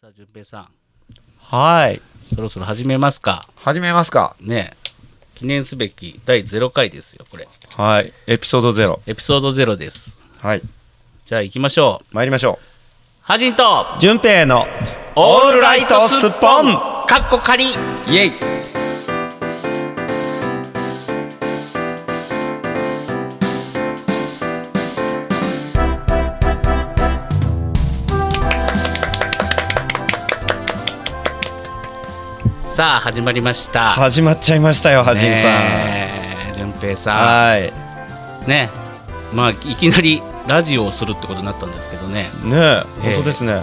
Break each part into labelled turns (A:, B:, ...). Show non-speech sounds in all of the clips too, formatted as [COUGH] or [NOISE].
A: さあ、淳平さん、
B: はい。
A: そろそろ始めますか。
B: 始めますか。
A: ねえ記念すべき第0回ですよ、これ。
B: はい。エピソードゼロ。
A: エピソード0です。
B: はい。
A: じゃあ行きましょう。
B: 参りましょ
A: ハジンと
B: う。順平のオールライトスッポン。
A: かっこ仮
B: イエイ。
A: さあ、始まりました。
B: 始まっちゃいましたよ、はじんさん。
A: ねえ淳平さ
B: はい。
A: ん。ねえまあ、いきなりラジオをするってことになったんですけどね。
B: ねえ、
A: ええ
B: 本当ですね。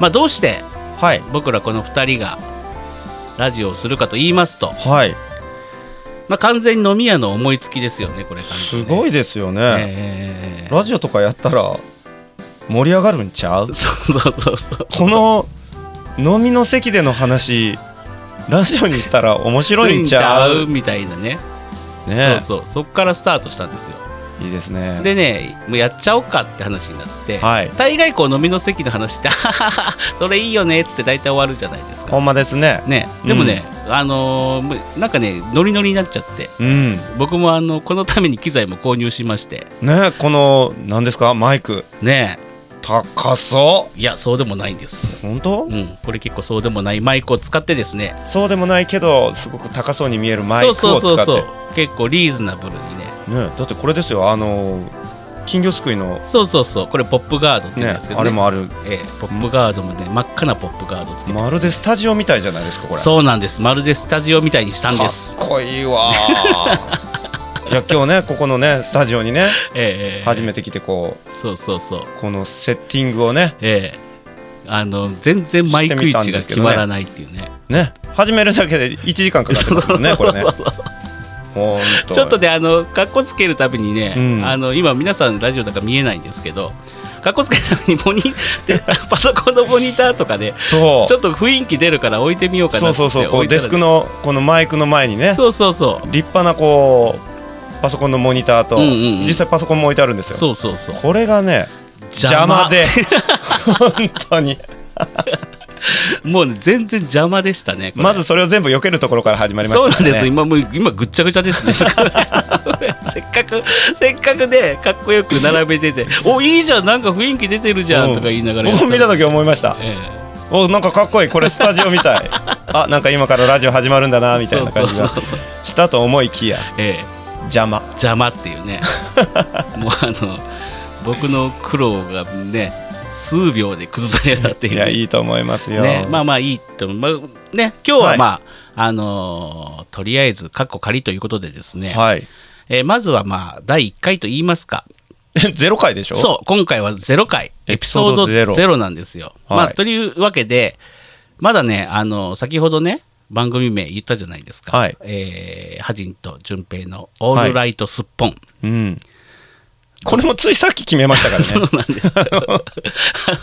A: まあ、どうして
B: はい。
A: 僕らこの2人がラジオをするかと言いますと、
B: はい。
A: まあ、完全に飲み屋の思いつきですよね、これ。
B: すご
A: い。
B: いですよ
A: え
B: ね。
A: え
B: ラジオとかやったら盛り上がるんちゃう
A: そうそうそうそう。
B: この飲みの席での話、ラジオにしたら面白いんちゃう
A: みたいなね。
B: ね
A: そうそう。そっからスタートしたんですよ。
B: えいいですね。
A: でね、もうやっちゃおうかって話になって、
B: はい
A: 大概こう飲みの席の話って、あはははそれいいよねっつって大体終わるじゃないです
B: ほ
A: か。
B: んまですね。
A: ね、でもね、あのーもうなんかね、ノリノリになっちゃって、
B: うん。
A: 僕もあのこのために機材も購入しまして、
B: ねこの何ですかマイク
A: ね、
B: 高そ
A: いや、そうでもないんです。
B: う本当
A: うん、これ結構そうでもないマイクを使ってですね、
B: そうでもないけどすごく高そうに見えるマイクを使って
A: そうそうそうそう、結構リーズナブルにね、
B: ねだってこれですよあのー金魚すくいの
A: そうそうそう、これポップガードって言うん
B: ね
A: ですけど、
B: あれもある
A: ええ、ポップガードもね、真っ赤なポップガードつけて、
B: まるでスタジオみたいじゃないですかこれ
A: そうなんですまるでスタジオみたいにしたんです
B: かっこいい
A: [LAUGHS]
B: わーいや今日ねここのねスタジオにね
A: ええ
B: 初めて来てこ
A: そうそうそう
B: うこのセッティングをね
A: ええあの全然マイク位置が決まらないっていうね
B: ね始めるだけで1時間かかってますもんねこれねほんと
A: ちょっとねあのかっこつけるたびにね、
B: うん
A: あの今皆さんラジオだから見えないんですけどかっこつけるたびにモニ
B: [LAUGHS]
A: でパソコンのモニターとかで、ね、
B: そう
A: ちょっと雰囲気出るから置いてみようか
B: そ
A: な
B: う
A: って
B: そ
A: 置い
B: う
A: たら
B: そうこうデスクのこのマイクの前にね
A: そうそうそう
B: 立派なこうパソコンのモニターと、
A: うんうんうん
B: 実際パソコンも置いてあるんですよ
A: そうそうそう
B: これがね邪魔で本
A: [LAUGHS]
B: 当に
A: もうね全然邪魔でしたねこれ
B: まずそれを全部避けるところから始まりまし
A: そうな
B: たか
A: ん
B: らね
A: です今もう今ぐっちゃぐちゃですね [LAUGHS] せっかくせっかくねかっこよく並べてて「おいいじゃんなんか雰囲気出てるじゃん」とか言いながらやった
B: 僕
A: ら
B: も見た時思いました
A: え
B: おなんかかっこいいこれスタジオみ
A: [LAUGHS]
B: たいあなんか今からラジオ始まるんだな
A: え
B: みたいな感じが
A: そうそうそうそう
B: したと思いきや
A: ええ
B: 邪魔
A: 邪魔っていう
B: [LAUGHS]
A: ねもうあの僕の苦労がね数秒で崩されたっていう
B: いやいいと思いますよ、
A: ね、まあまあいいと、まあね、今日は
B: はい
A: まあ、あのーとりあえずかっこ仮ということでですね、
B: はい [LAUGHS]
A: えーまずはまあ第1回と言いますか
B: ゼロ回でしょ
A: そう、今回はゼロ回、エ
B: エ
A: ピ
B: ピ
A: ソ
B: ソ
A: ー
B: ー
A: ド
B: ド
A: ゼロなんですよ。
B: はい
A: まあ、というわけで、まだね、あの、先ほどね、番組名言ったじゃないですか。
B: はい
A: えー、ハジンと淳平のオールライトすっぽん。
B: う、うん、これもついさっき決めましたからね
A: そうなんですよ。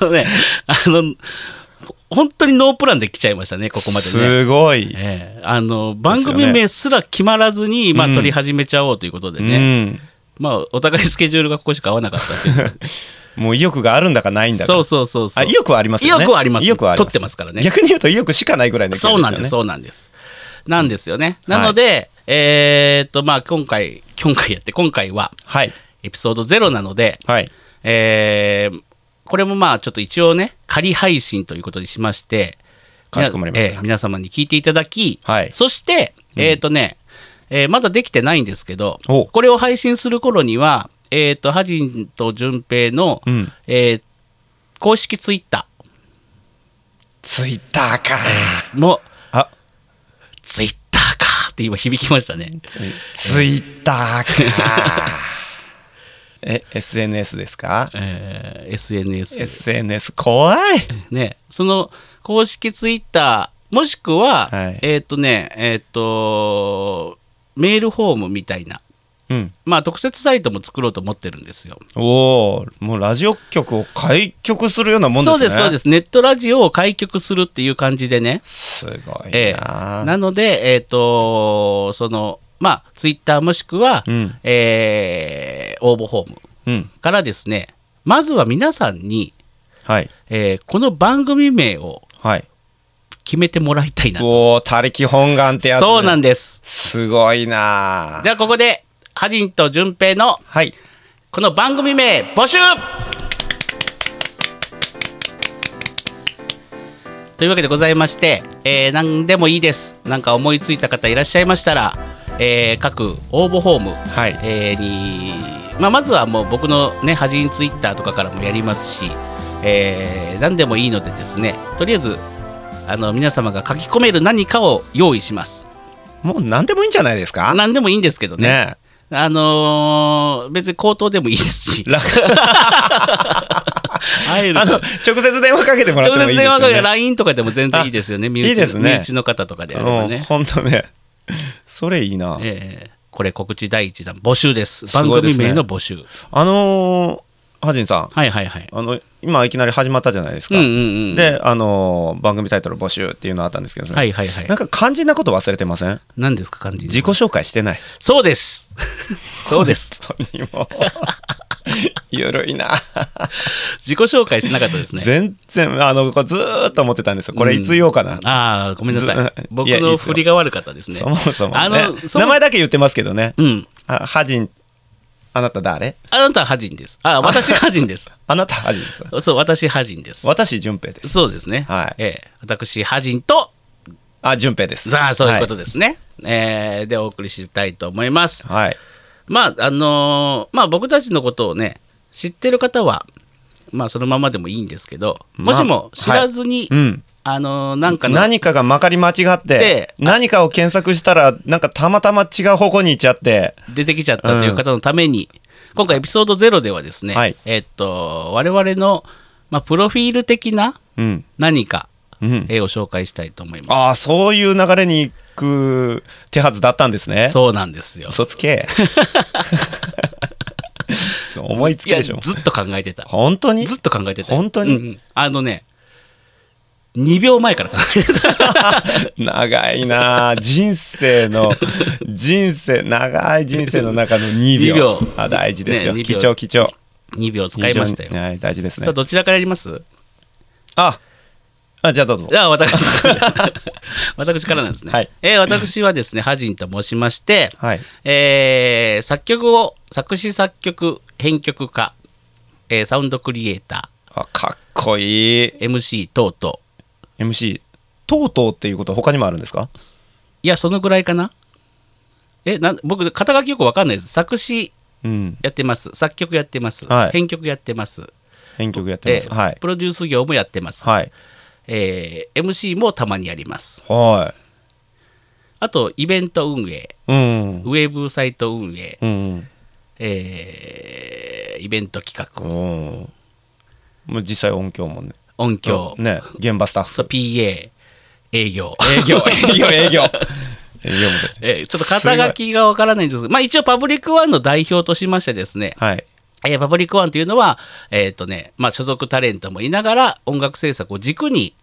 A: あのね、あの、本当にノープランで来ちゃいましたね、ここまでね。
B: すごい、
A: ええあの番組名すら決まらずに、まあ、
B: うん
A: 撮り始めちゃおうということでね、まあ、お互い [LAUGHS] スケジュールがここしか合わなかったって
B: [LAUGHS]
A: いう
B: うん、もう意欲があるんだかないんだか
A: そうそうそうそう
B: あ意欲はありますよね
A: 意欲はあります
B: 意欲はあり
A: 撮
B: ます
A: ってますからね
B: 逆に言うと意欲しかないぐらいの勢い
A: そうなん
B: よ
A: で
B: ね
A: す、そうなんです。なんですよね。な
B: はい
A: ので、えーっと、まあ、今回、今回やって、今回は、
B: はい
A: エピソード0なので、
B: はい
A: えーこれもまあ、ちょっと一応ね、仮配信ということにしまして、
B: かしこまりました
A: えー皆様に聞いていただき、
B: はい
A: そして、えーっとね、えーまだできてないんですけど、
B: お
A: これを配信する頃には、えーっと、ハジンと淳平の、
B: うん
A: えー公式ツイッタ
B: ツイッターか
A: ーも、
B: あ
A: ツイッターかって今響きましたね。
B: ツイツイッターかえ SNS ですか
A: えー SNS
B: SNS 怖い
A: ねその公式ツイッターもしくは、
B: はい
A: えっ、とねえっ、とメールフォームみたいな
B: うん
A: まあ特設サイトも作ろうと思ってるんですよ。
B: おおもうラジオ局を開局するようなもんです
A: そう
B: ね
A: ですそうですすネットラジオを開局するっていう感じでね。
B: すごいな、
A: ええなのでえっ、とそのまあツイッターもしくは、
B: うん
A: えー応募フォーム
B: うん
A: からですねまずは皆さんに、
B: はい
A: えーこの番組名を
B: はい。
A: 決めてもらいたいな
B: う。おー、他力本願ってやつ。
A: そうなんんです。
B: すごいな
A: じ
B: ー
A: ゃあここで、ハジンと淳平の
B: はい。
A: この番組名募集というわけでございまして、えー何でもいいです。なんか思いついた方いらっしゃいましたら、えー各応募フォーム、
B: はい。
A: えーに、まあ、まずはもう僕のね、はじんツイッターとかからもやりますし、えー何でもいいのでですね、とりあえず、あの皆様が書き込める何かを用意します。
B: もう何でもいいんじゃないですかね
A: 何でもいいんですけどね。
B: え。
A: あのー別に口頭でもいいです
B: [LAUGHS]
A: し。
B: 楽
A: 会える
B: あの、直接電話かけてもらっても
A: 直接
B: いいです
A: 電
B: よ
A: 話
B: ね。
A: が LINE とかでも全然いいですよね。身内
B: いいですね
A: 身内の方とかであれば
B: うん、
A: ね。
B: ほんとね。それいいな。
A: ええこれ告知第一弾募集です。
B: す
A: 番
B: ごいで
A: 組
B: すね
A: 名の募集。
B: あのー、はじんさん、
A: はいはいはい。
B: あの、今いきなり始まったじゃないです
A: うん
B: か。
A: うんうん。
B: で、あのー番組タイトル募集っていうのあったんですけどね。
A: はいはいはい
B: なん。か肝心なこと忘れてません
A: 何ですか感じ。
B: 自己紹介してない。
A: そう
B: [LAUGHS]
A: です。そうです。
B: 本当に
A: [LAUGHS]
B: もう。ゆるいな。
A: 自己紹介しなかったですね。
B: 全然、あの、これずーっと思ってたんですよ。これいつ言おうかな。
A: ああ、ごめんなさい
B: ず。
A: 僕
B: いやいい
A: の
B: ですよ
A: 振りが悪かったですね
B: そ。もそも、ね。
A: あのそも
B: 名前だけ言ってますけどね。
A: うん。
B: あハジン、あなた誰
A: あなたはハジンです。あ、私はハジンです。
B: あなたハジンです。
A: そう、私ハジンです。
B: 私、淳平です。
A: そうですね。
B: はい
A: ええ私、ハジンと、
B: あ、淳平です。
A: さあ、そういうこと
B: で
A: ですね。ええで、お送りしたいと思います。
B: はい。はい
A: まあ、あのーまあ、僕たちのことをね、知ってる方は、まあ、そのままでもいいんですけど、もしも知らずに、
B: うん。
A: あのーなんかの
B: 何かがまかり間違って
A: で、
B: 何かを検索したら、なんかたまたま違う方向に行っちゃって、
A: 出てきちゃったという方のために、今回エピソード0ではですね、
B: はい
A: えっと、我々の、まあ、プロフィール的な
B: うん。
A: 何か、
B: うん。
A: 絵を紹介したいと思いま
B: ああ、そういう流れに行く手はずだったんですね。
A: す。そうなんですよ。
B: 嘘
A: [LAUGHS]
B: つけ。 [LAUGHS] そう思いつ
A: い
B: き
A: や、
B: で
A: ず
B: しょ。
A: っと考え
B: [LAUGHS]
A: てた。
B: 本当に
A: ずっと考えてた。
B: 本当に
A: うんうんあのね、2秒前から考えてた。 [LAUGHS]
B: [LAUGHS] 長いなあ人生の人生長い人生の中の2秒
A: 二秒
B: あ大事ですよ、
A: ね二
B: 貴
A: 秒
B: 重貴重
A: 2秒使いましたよ。
B: 非常にはい大事です
A: さあ、
B: ね
A: どちらからやります
B: ああじゃあどうぞ
A: じゃあ、私、 [LAUGHS] 私からなんですね。
B: はい
A: えー私はですね、ハジンと申しまして、
B: はい
A: えー作曲を、作詞作曲、編曲家、えーサウンドクリエイタ
B: あかっこいい
A: ー、MC 等々。
B: MC とうとうっていうこと他にもあるんですか
A: いや、そのぐらいかな。え、なん僕、肩書きよくわかんないです。作詞
B: うん
A: やってます。作曲やってます。
B: はい
A: 編曲やってます。
B: 編曲やってます、
A: えー
B: はい
A: プロデュース業もやってます、
B: はい
A: えー MC もたまにやります
B: は
A: あとイベント運営
B: いうん
A: ウェブサイト運営、
B: うん
A: えーイベント企
B: う
A: 画
B: んもう実際音響もね
A: 音響、
B: ね現場スタッフ
A: そう PA 営業、
B: 営業 [LAUGHS] 営業営業営業もです
A: [LAUGHS] えーちょっと肩書きがわからないんですが、まあ、一応パブリックワンの代表としましてですね、
B: はい
A: えーパブリックワンというのは、えーとねまあ、所属タレントもいながら音楽制作を軸に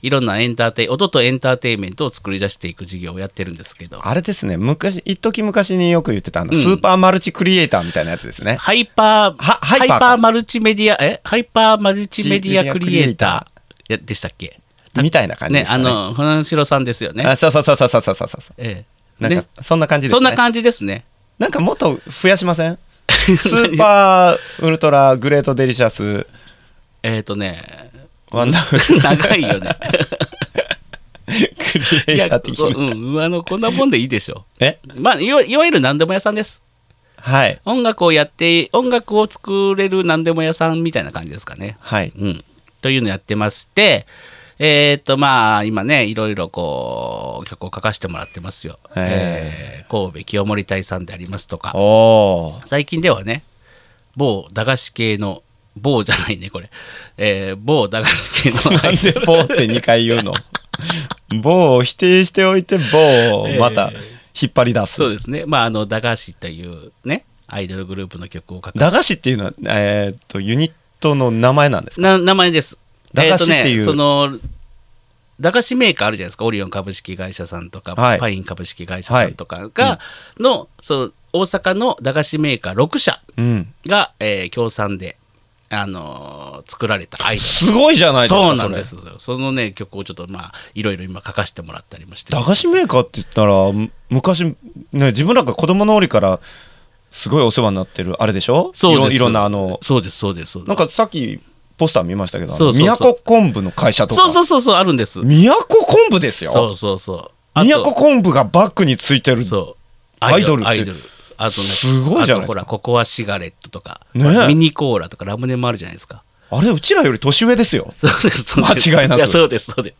A: いろんなエンターテイ音とエンターテインメントを作り出していく事業をやってるんですけど
B: あれですね昔一時昔によく言ってたあの、
A: うん
B: スーパーマルチクリエイターみたいなやつですね
A: ハイパー、
B: はハイパーか
A: マルチメディア、えハイパーマルチメディアクリエイターやでしたっけ
B: みたいな感じで
A: ね、
B: すか
A: あ
B: ね
A: の、船城さんですよね。
B: あそうそうそうそうそうそうそうそ
A: え
B: う
A: え
B: なん
A: ね
B: か、そんな感じですね
A: そんな感じですね。
B: なんかもっと増やしませ
A: [LAUGHS]
B: んスーパーウルトラグレートデリシャス
A: えっ、とね、
B: ワンダフ
A: [LAUGHS]
B: ル
A: 長い
B: [LAUGHS]
A: よね。
B: クリエイター的
A: こ
B: な
A: うん、あの、こんなもんでいいでしょ
B: え
A: う。まあ、いわいわゆる何でも屋さんです。
B: はい
A: 音楽をやって、音楽を作れる何でも屋さんみたいな感じですかね。
B: はい
A: うん、というのをやってまして、えーっとまあ今ねいろいろこう曲を書かせてもらってますよ、
B: へ
A: えー神戸清盛隊さんでありますとか
B: おお
A: 最近ではね某駄菓子系の某じゃないねこれ、えー某駄菓子系の
B: なんで「棒」って2
A: [LAUGHS]
B: 回言うの「棒」を否定しておいて「棒」をまた引っ張り出す
A: そうですねまああの駄菓子というねアイドルグループの曲を書かせて
B: 駄菓子っていうのは、えーっとユニットの名前なんですか
A: な名前です。
B: 駄菓子っていう
A: えーとね、その駄菓子メーカーあるじゃないですか、オリオン株式会社さんとか、
B: はい
A: パイン株式会社さんとかが、のそう大阪の駄菓子メーカー6社
B: うん
A: が、えー、協賛で、あのー作られたアイドル
B: すごいじゃないですか
A: そうなんで
B: そ
A: すそのね曲をちょっとまあいろいろ今書かせてもらったりもして
B: れ駄菓子メーカーって言ったらむ昔、ね、自分らが子供の折からすごいお世話になってるあれでしょ
A: そうです
B: いろいろんなあの
A: そうですそうですそうです
B: なんかさっきポスター見ましたけどあの
A: そうそうそう
B: 都昆布の会社とか
A: そうそうそうそうあるんです
B: 都昆布ですよ
A: そうそうそうあと
B: 宮古昆布がバッグについてる
A: そう
B: アイドルって
A: アイドルあとね
B: すごいじゃな
A: あと
B: いですか
A: ほらココアシガレットとか、
B: ねえ
A: ミニコーラとかラムネもあるじゃないですか [LAUGHS]
B: あれうちらより年上ですよ
A: そうですそうです
B: 間違いなく
A: やそうですそうで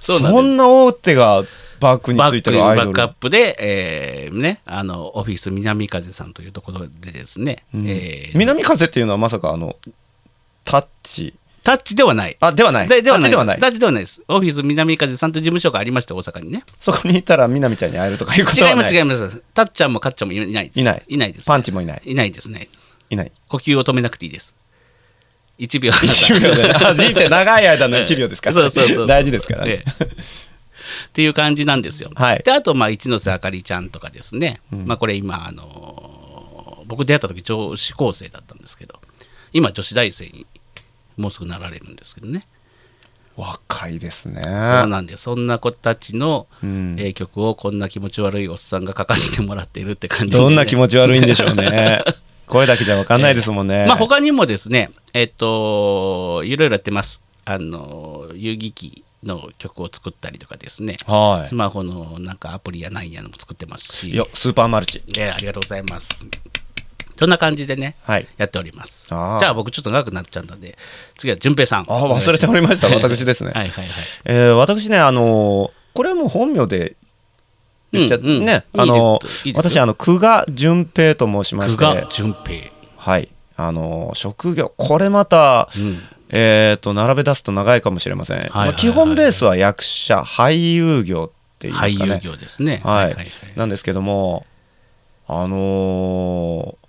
A: すそ
B: そ
A: うなんです
B: んな大手がバッグに
A: バ
B: つ
A: ック
B: いて
A: に
B: るアイ
A: バ
B: ド
A: ックアッ
B: ル
A: プで、えーね、あのオフィス南風さんというところでですね、
B: うん
A: えー
B: 南風っていうのはまさかあのタッチ
A: タッチではない。
B: あではない
A: でではない
B: タッチではない
A: タッチではないです。オフィス南風さんと事務所がありまして、大阪にね。
B: そこにいたら南ちゃんに会えるとかいうこと
A: 違
B: はい
A: ま
B: ない
A: す、違います。たっちゃんもかっちゃんもいないです。
B: いない
A: いないです。
B: パンチもいない
A: いないです、いないです。
B: いない
A: 呼吸を止めなくていいです。1秒。
B: 1
A: [LAUGHS]
B: 秒であ人生長い間の1秒ですから、
A: そうそうそう。
B: 大事ですから
A: え
B: ね、
A: えっていう感じなんですよ。
B: はい
A: であと、まあ、一ノ瀬あかりちゃんとかですね、まあ、これ今、あのー僕出会った時女子高生だったんですけど今女子大生にもうすぐなられるんですけどね
B: 若いですね
A: そうなんでそんな子たちの、
B: うん
A: えー曲をこんな気持ち悪いおっさんが書かせてもらっているって感じでね、
B: どんな気持ち悪いんでしょう
A: [LAUGHS]
B: ね声だけじゃ分かんないですもんね、
A: まあ他にもですね、えっと、いろいろやってます。あの、遊戯機の曲を作ったりとかですね、
B: はい
A: スマホのなんかアプリやなんやのも作ってますし、
B: いやスーパーマルチ
A: えーありがとうございます。そんな感じでね、
B: はい
A: やっております。じ
B: あー
A: ゃあ僕ちょっと長くなっちゃったんで、次は淳平さん。
B: あ忘れておりました私ですね
A: はいはいはい。
B: えー私ねあのーこれはもう本名で言っちゃって、
A: うんうん
B: ね
A: いいです
B: あの
A: いいですよ
B: 私あの久我淳平と申しまし
A: 久
B: て
A: 我淳平。
B: はいあのー職業これまた、
A: うん。
B: えー、と並べ出すと長いかもしれません、
A: はい
B: まあ、基本ベースは役者俳優業って言いま
A: 俳
B: すかね
A: 優業ですね。
B: はい
A: はい
B: なんですけどもあのー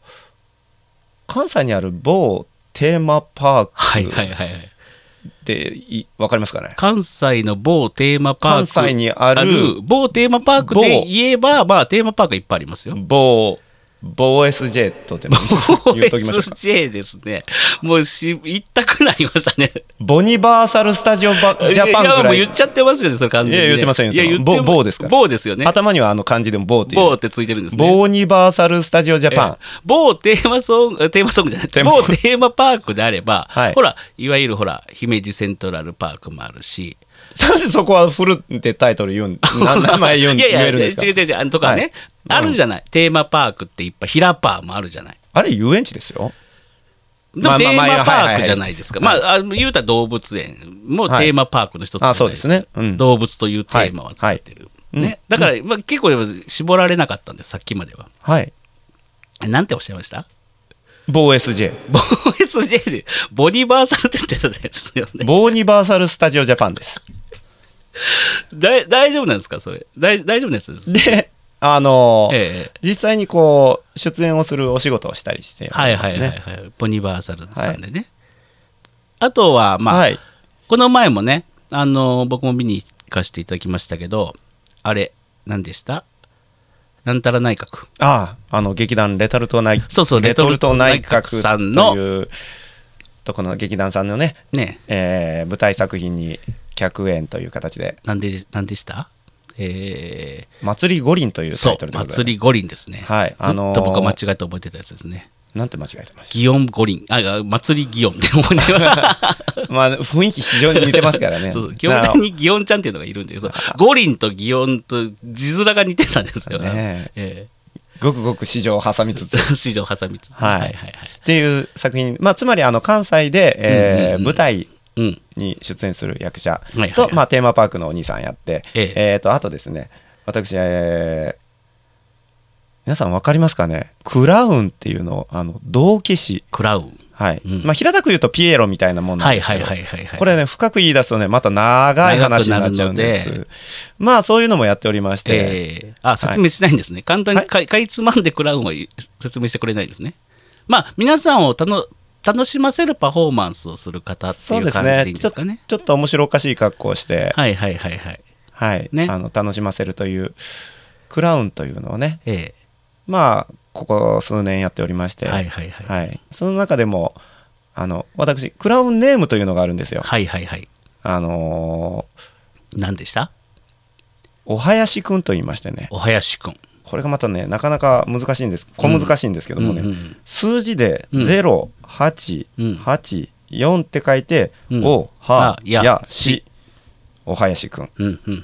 B: 関西にある某テーマパーク
A: はいはいはい。
B: っていわかりますかね
A: 関西の某テーマパー
B: 関
A: ク。
B: 西にあ
A: あ
B: る
A: る某テーマパークで
B: 某
A: 言えば、まあ、テーマパークいっぱいありますよ。
B: 某某 SJ とでも言っときま
A: [LAUGHS]
B: しょうか
A: SJ ですね。もうし、言ったくなりましたね。
B: ボニバーサル・スタジオ・バジャパ
A: いや、
B: ンぐ
A: も
B: ら
A: う
B: い
A: 言っちゃってますよね、それ完全に、ね。
B: いや言ってませんよ
A: いや、言って
B: 某某ですから
A: 某ですよね。
B: 頭にはあの漢字でも某っていう
A: 某ってついてるんですね。
B: ボニバーサル・スタジオ・ジャパン
A: ええ某テーマソング、テーマソングじゃない
B: テーマ
A: 某テーマパークであれば、
B: はい
A: ほら、いわゆるほら、姫路セントラルパークもあるし、
B: なんでそこはフルってタイトル言うんな名前言う
A: [LAUGHS]
B: ん
A: い
B: 言
A: やいや、
B: えるん
A: 違
B: です
A: う
B: か
A: 違う違う、あのとかね、
B: はい
A: あるじゃない、テーマパークっていっぱい、ヒラパーもあるじゃない。
B: あれ遊園地ですよ
A: でも
B: まあ
A: テ
B: まあ
A: ー
B: まあ
A: マパークじゃない
B: ははいはい
A: いですか。まあ、あの言うたら動物園もテーマパークの一つじゃな
B: はいあ
A: い
B: そうですねうん
A: 動物というテーマを使ってる。
B: はいはい
A: ね、だから、まあ、結構絞られなかったんです、さっきまでは。
B: はい
A: なんておっしゃいました
B: 某 SJ
A: ボー SJ でボニバーサルって言ってたんですよね。
B: ボーニバーサル・スタジオ・ジャパンです。
A: だ大丈夫なんですかそれ。大大丈夫なやつです。
B: で、あのー
A: ええ
B: 実際にこう出演をするお仕事をしたりしてます
A: は
B: ね。
A: いはいはいはい。ボニバーサルさんでね。あとは、まあ、
B: はい
A: この前もね、あの僕も見に行かせていただきましたけど、あれ、何でしたなんたら内閣。
B: ああ、あの劇団レトルト内
A: そうそう
B: レトルト内閣
A: レトルト内閣さ
B: さん
A: んの
B: のというとこの劇団さんのね、
A: ね
B: えー舞台作品に客演という形で
A: なんで、なんでしたえ
B: 「祭り五輪」とい
A: ー、
B: うタ
A: そ
B: イトル
A: う、
B: でございます。
A: 祭り五輪ですね。
B: はいあのー
A: ずっと僕は間違えて覚えてたやつですね。
B: なんて間違えてまし
A: 祇園五輪。あ、あ祭り祇
B: [LAUGHS]
A: 園って思いなが
B: た。 [LAUGHS] まあ雰囲気非常に似てますからね。
A: ら [LAUGHS] そう基本的に祇園ちゃんっていうのがいるんだけど、五輪と祇園と字面が似てたんですよ。
B: ね
A: [LAUGHS] え
B: ごくごく市場を挟みつつ。
A: ー、市場挟みつつ、
B: はい
A: はいはいはい。
B: っていう作品、まあ、つまりあの関西で、えー
A: うんうんうん
B: 舞台
A: うん。
B: に出演する役者と、
A: はいはいはい
B: まあ、テーマパークのお兄さんやって、
A: ええ
B: えーとあとですね私、えー皆さん分かりますかねクラウンっていうのをあの道化師、
A: クラウン。
B: はい
A: うん
B: まあ、平たく言うとピエロみたいなもんなん
A: はい
B: です
A: は
B: け
A: い
B: ど、
A: はいはいはい。
B: これね深く言い出すとねまた長い話になっちゃうんで
A: 長くなる
B: すまあそういうのもやっておりまして、
A: ええあ説明しないんですね、簡単にか,、い、かいつまんでクラウンは説明してくれないんですね。まあ、皆さんをたの楽しませるパフォーマンスをする方って
B: そ
A: いうう
B: です
A: 感じでい
B: ね
A: いん
B: ち
A: で
B: ょ
A: すかね。
B: ちょっと面白おかしい格好をして、
A: はいはいはいはい。
B: はい
A: ね
B: あの楽しませるというクラウンというのをね
A: え
B: まあここ数年やっておりまし
A: え
B: て、
A: はいはいはい。
B: はいその中でもあの私クラウンネームというのがあるんですよ。
A: はいはいはい。
B: あのー
A: 何でした
B: お囃子くんと言いましてね
A: おはやしくん。
B: これがまたねなかなか難しいんです小難しいんですけどもね、
A: うんうん
B: 数字で
A: うん
B: 0884、
A: うん
B: 4って書いて、
A: うん
B: おは
A: あや
B: やしおはやしくんっ
A: うんうんうんうん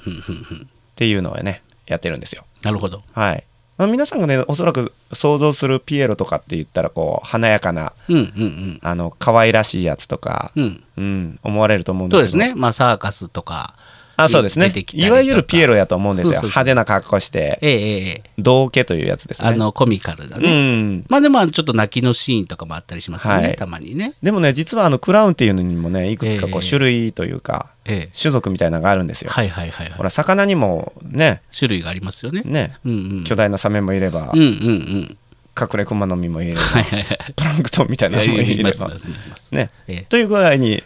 A: うん。
B: ていうのをねやってるんですよ。
A: なるほど。
B: はいまあ、皆さんがねおそらく想像するピエロとかって言ったらこう華やかな
A: うんうん
B: あの可愛らしいやつとか、
A: うん。うん。
B: うん、思われると思うんで
A: そ
B: す
A: うで
B: けど
A: すね。まあサーカスとか。
B: あそうですね
A: 出てきたり
B: い
A: とか
B: わゆるピエロやと思うんですよ
A: そうそうそう
B: 派手な格好して
A: ええええええ
B: 道家というやつですね
A: あのコミカルだ
B: う
A: ね。
B: ん
A: まあでもちょっと泣きのシーンとかもあったりしますよね、
B: はい
A: たまにね。
B: でもね実はあのクラウンっていうのにもねいくつか
A: え
B: こう
A: え
B: 種類というか、
A: ええ。
B: 種族みたいなのがあるんですよ、
A: はいはいはい
B: ほ
A: はい。
B: ら魚にもね
A: 種類がありますよね。
B: ね
A: うんうん。
B: 巨大なサメもいれば、
A: うんうんう
B: [LAUGHS]
A: ん。
B: 隠れクマノミもいれば、
A: はいはいはい。
B: プランクトンみたいなのもい
A: い
B: れ
A: ますい
B: ば
A: ますいます。
B: ね
A: ええ
B: という具合に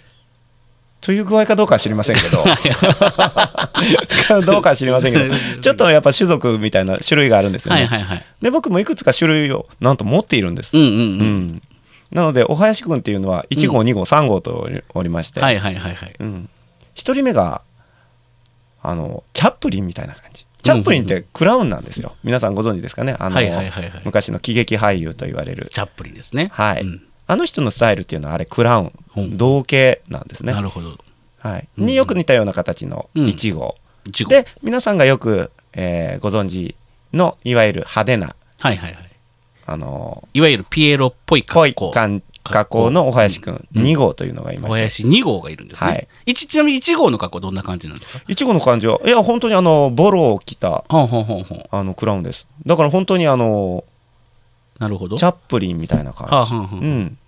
B: という具合かどうかは知りませんけ
A: [LAUGHS]
B: ど [LAUGHS] どうかは知りませんけどちょっとやっぱ種族みたいな種類があるんですよね、
A: はいはいはい。
B: で僕もいくつか種類をなんと持っているんです
A: うんう
B: うん
A: うん。
B: んなのでお林くんっていうのは1号2号3号とおりおりまして、
A: はいはいはいはい。
B: うん、1人目があのチャップリンみたいな感じチャップリンっ
A: う
B: てクラウンなんですよ皆さんご存知ですかねあの、
A: はいはいはいはい
B: 昔の喜劇俳優と言われる、
A: チャップリンですね。
B: はい
A: うん
B: あの人のスタイルっていうのはあれクラウ
A: う
B: ン
A: ん
B: 同系なんですね
A: な、るほど。
B: はい、
A: うんうん
B: によく似たような形の1号、
A: 事故。
B: で皆さんがよく、えーご存知のいわゆる派手な
A: はいはいはい。
B: あの
A: いわゆるピエロっぽい
B: 濃い
A: 格好。
B: 感加工のお林くん2号というのがいま
A: お
B: し
A: やし2号がいるんですね。
B: はい
A: 一ちなみに1号の格好どんな感じなんですか
B: ていちごの感じはいや本当にあのボロを着た
A: ほんほんほんほん。
B: あのクラウンですだから本当にあの
A: なるほど。
B: チャップリンみたいな
A: あ
B: 感
A: はんは
B: じ
A: ん
B: うん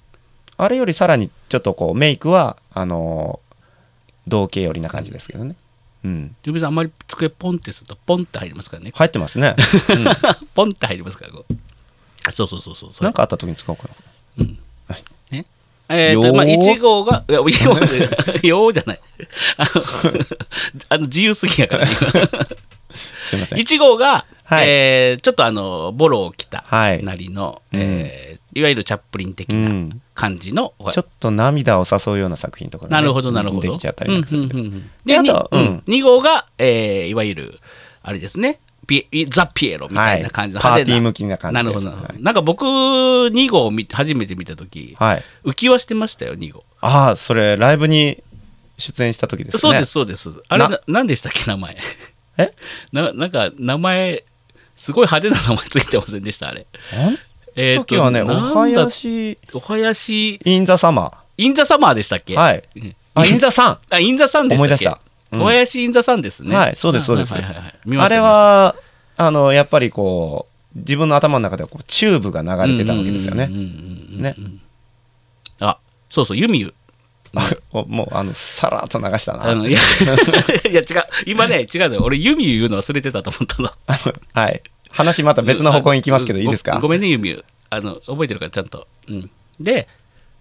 B: あれよりさらにちょっとこうメイクはあの同系寄りな感じですけどねうん
A: ジュビさんあんまり机ポンってするとポンって入りますからね。
B: 入ってます
A: [LAUGHS]
B: ね、 [LAUGHS] うん
A: ポンって入りますからこう。あそうそうそうそうそれ
B: なんかあった時に使おうかな
A: ね。えー
B: よ
A: と
B: ー
A: まあ、1号が、いや、1号
B: [LAUGHS]
A: でよーじゃない。あの、あの自由すぎや
B: [LAUGHS]
A: から、ね、
B: すいません
A: 1号が、
B: はい
A: えーちょっとあの、ボロを着た
B: はい
A: なりの、いえーいわゆるチャップリン的
B: う
A: なん感じの、
B: ちょっと涙を誘うような作品とかがね、
A: なるほど、なるほど。
B: できちゃったりなんかするんです
A: うんうんうんうん
B: で
A: で、
B: あと
A: に
B: うん
A: うん2号が、えーいわゆる、あれですね、ピエザ・ピエロみたいな感じの
B: は
A: 派手な、
B: いパーティー向きな感じです
A: なるほどなるほど
B: は
A: なんか僕、2号を見て初めて見たとき、
B: はい
A: 浮き輪してましたよ、2号。
B: ああそれライブに出演した時ですね
A: そうです、そうです。あれ、
B: な
A: ななんでしたっけ、名前。 [LAUGHS]
B: え
A: ななんか、名前、すごい派手な名前ついてませんでした、あれ。
B: あの
A: えーと
B: 時はね、
A: なんだ
B: お囃子
A: お囃子、
B: インザサマ
A: インザサマーでしたっけ
B: ーはい
A: うん
B: あインザサン
A: あ、インザサンでしたっけ
B: 思い出したうん
A: お囃子インザサンですね。
B: はいそうですそうです
A: はいはいはいはい見ま
B: あ
A: した
B: れ
A: 見ました
B: はあのやっぱりこう自分の頭の中ではこうチューブが流れてたわけですよ
A: うんうん
B: ね。
A: うんうんうん
B: ね
A: あそうそう、ユミユ。
B: あおもうあのさらっと流したな。
A: あのいや [LAUGHS] いや違う、今ね、違うのよ。俺、ユミユ言うの忘れてたと思ったの。
B: はい。話また別の方向に行きますけどいいです
A: ご
B: か
A: ご。めんね、ユミユ。あの覚えてるから、ちゃんと。うん、で、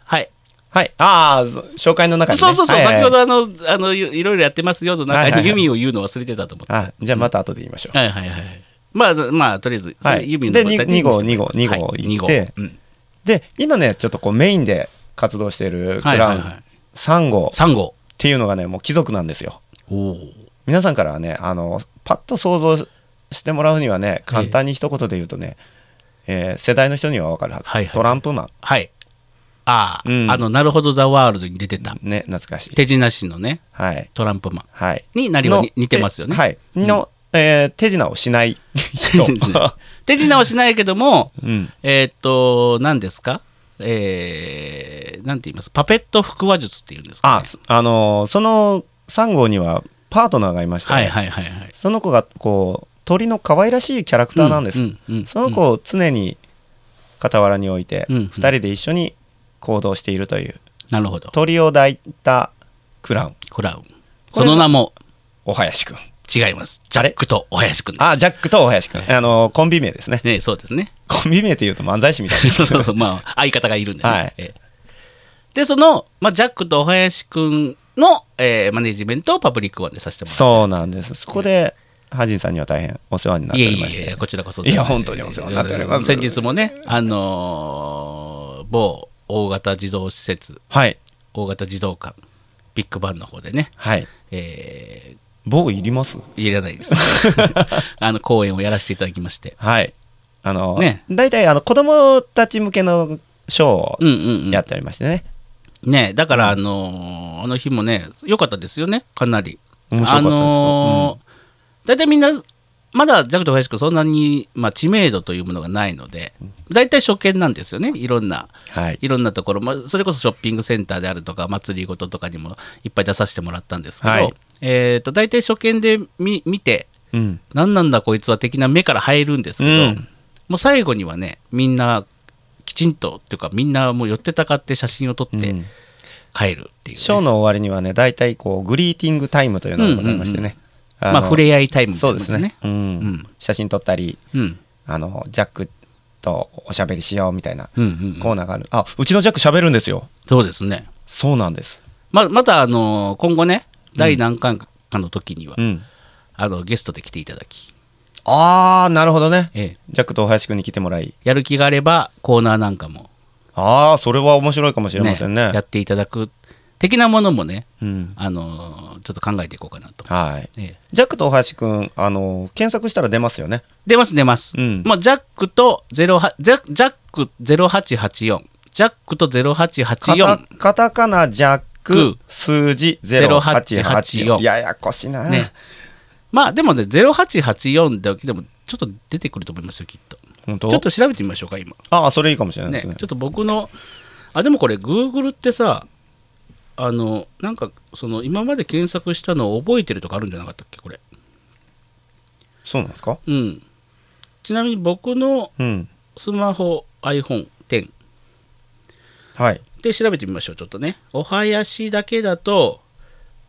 A: はい。
B: はい。ああそ紹介の中にね。
A: そうそうそう、
B: はいはい
A: 先ほどあのあのいいろいろやってますよの
B: はいはい
A: 中
B: はい
A: にユミユを言うの忘れてたと思った。
B: あじゃあまた後で言いましょう。
A: はいはいはい。まあ、まあ、とりあえず、そ
B: はい
A: れユミユ
B: で
A: の答え
B: に
A: してもらって
B: 二号二号
A: はい
B: 二号
A: 二
B: 行って
A: うん
B: で今ねちょっとこうメインで活動しているク
A: はい
B: ラ
A: は
B: ウ
A: い
B: ン
A: は
B: 3号
A: い。三号。
B: っていうのがねもう貴族なんですよ。
A: おお。
B: 皆さんからはねあのパッと想像してもらうにはね簡単に一言で言うとね、えー世代の人には分かるはず、
A: はいはい
B: トランプマ
A: はい。ああ、
B: うん
A: あの、なるほど、ザ・ワールドに出てた。
B: ンね懐かしい
A: 手品師のね、
B: はい
A: トランプマン
B: はい
A: になりはに似てますよね。
B: のはいの、えー手品をしない
A: [LAUGHS]
B: 人、
A: 手品はしないけども、
B: うん、
A: えーっと、何ですかえー、なんて言いますパペット腹話術っていうんですか、
B: あ
A: ね。
B: あのーその3号にはパートナーがいまして、
A: はいはいはいはい。
B: その子がこう鳥の可愛らしいキャラクターなんです、
A: うんうんうん
B: その子を常に傍らに置いて、
A: う
B: 二
A: んうん
B: 2人で一緒に行動しているという
A: なるほど。
B: 鳥を抱いたクラウン
A: クラウン。その名も
B: おはやしくん
A: 違います。ジャックとお林くんです。
B: あジャックとおはやしくん、
A: はい
B: あのコンビ名ですね
A: ね、そうですね。 [LAUGHS]
B: コンビ名っていうと漫才師みたいです
A: そうそうそう、まあ、相方がいるんで、ね
B: はい
A: ええで、その、まあ、ジャックとお林くんの、えーマネジメントをパブリックワンでさせてもらって
B: そうなんですそこでハジンさんには大変お世話になっ
A: い
B: て
A: え
B: おり
A: い
B: まして
A: えいえ、こちらこそ。
B: いや本当にお世話になっております
A: 先日もね、あのー某大型児童施設
B: はい
A: 大型児童館ビッグバンの方でね、
B: はい
A: え
B: 棒いります
A: ー、いらないです [LAUGHS] あの公演をやらせていただきまして
B: はいあの、
A: ね
B: 大体あの子供たち向けのショーを
A: うんうん、
B: やっておりましてね、
A: うん、ねだからあのーあの日もね良かったですよねかなり
B: 面白かったで
A: あ
B: すよ、
A: のー大体みんなまだジャクと林くんそんなに、まあ、知名度というものがないので大体初見なんですよねいろんな
B: うんはい
A: いろんなところ、まあ、それこそショッピングセンターであるとか祭りごととかにもいっぱい出させてもらったんですけど、
B: はい
A: えー、と大体初見で見見て
B: うん
A: 何なんだこいつは的な目から入るんですけど、
B: うん
A: もう最後にはねみんなきちんとっていうかみんなもう寄ってたかって写真を撮っ
B: う
A: て
B: ん
A: 帰るっていうね、
B: ショーの終わりにはね大体こうグリーティングタイムというのがございましてね、
A: まあ、触
B: 合
A: れ合いタイムみたいな
B: そう
A: もん
B: ですね、うん
A: ん
B: 写真撮ったり
A: うん
B: あのジャックとおしゃべりしようみたいな
A: うんうんう
B: コ
A: ん、
B: ーナーがある、あうちのジャック喋るんですよ
A: そうですね
B: そうなんです
A: ままた、あの今後ね第何回かの時には、
B: うん
A: あのゲストで来ていただき、
B: ああなるほどね
A: ええ
B: ジャックと大林くんに来てもらい
A: やる気があればコーナーなんかも
B: ああそれは面白いかもしれませんね
A: やっていただく的なものもね、
B: うん
A: あのーちょっと考えていこうかなと。
B: はい
A: ええ
B: ジャックと大橋くんあの検索したら出ますよね
A: 出ます出ます。
B: うん
A: まあ、ジャックと08ジャジャック0884ジャックと
B: カタ
A: 0884
B: カタカナジャック
A: く
B: 数字
A: 0884
B: 0884ややこしいな、
A: ね。まあでもね0884だけでもちょっと出てくると思いますよきっと。
B: 本
A: ちょっ
B: 当
A: と調べてみましょうか今。
B: ああそれいいかもしれないで
A: ね
B: すね
A: ちょっと僕のあでもこれ Google ってさあのなんかその今まで検索したのを覚えてるとかあるんじゃなかったっけこれ。
B: そうなんですか
A: うん。ちなみに僕の
B: うん
A: スマホ iPhone10
B: はい
A: で調べてみましょうちょっとねお囃子だけだと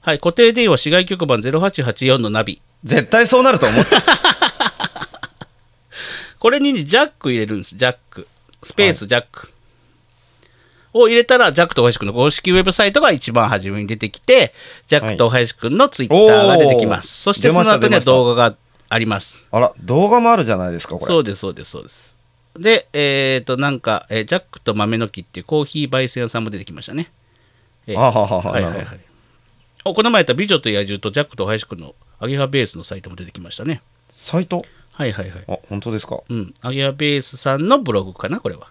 A: はい固定電話市外局番0884のナビ
B: 絶対そうなる
A: [LAUGHS]
B: と思った
A: これにねジャック入れるんですジャックスペースジャック、を入れたらジャックと林くんの公式ウェブサイトが一番初めに出てきてジャックと林くんのツイッターが出てきます、
B: おー
A: そしてその後
B: 出
A: に
B: ま
A: は
B: した
A: 動画があります
B: あら動画もあるじゃないですかこれ
A: そうですそうですそうですでえっ、となんか、えージャックと豆の木っていうコーヒー焙煎屋さんも出てきましたねえー
B: あはははは
A: はいはい
B: な
A: は
B: るほど
A: い。おこの前やった美女と野獣とジャックと林くんのアゲハベースのサイトも出てきましたね。
B: サイト
A: はいはいはい。
B: あ本当ですか
A: うん、アゲハベースさんのブログかな、これは。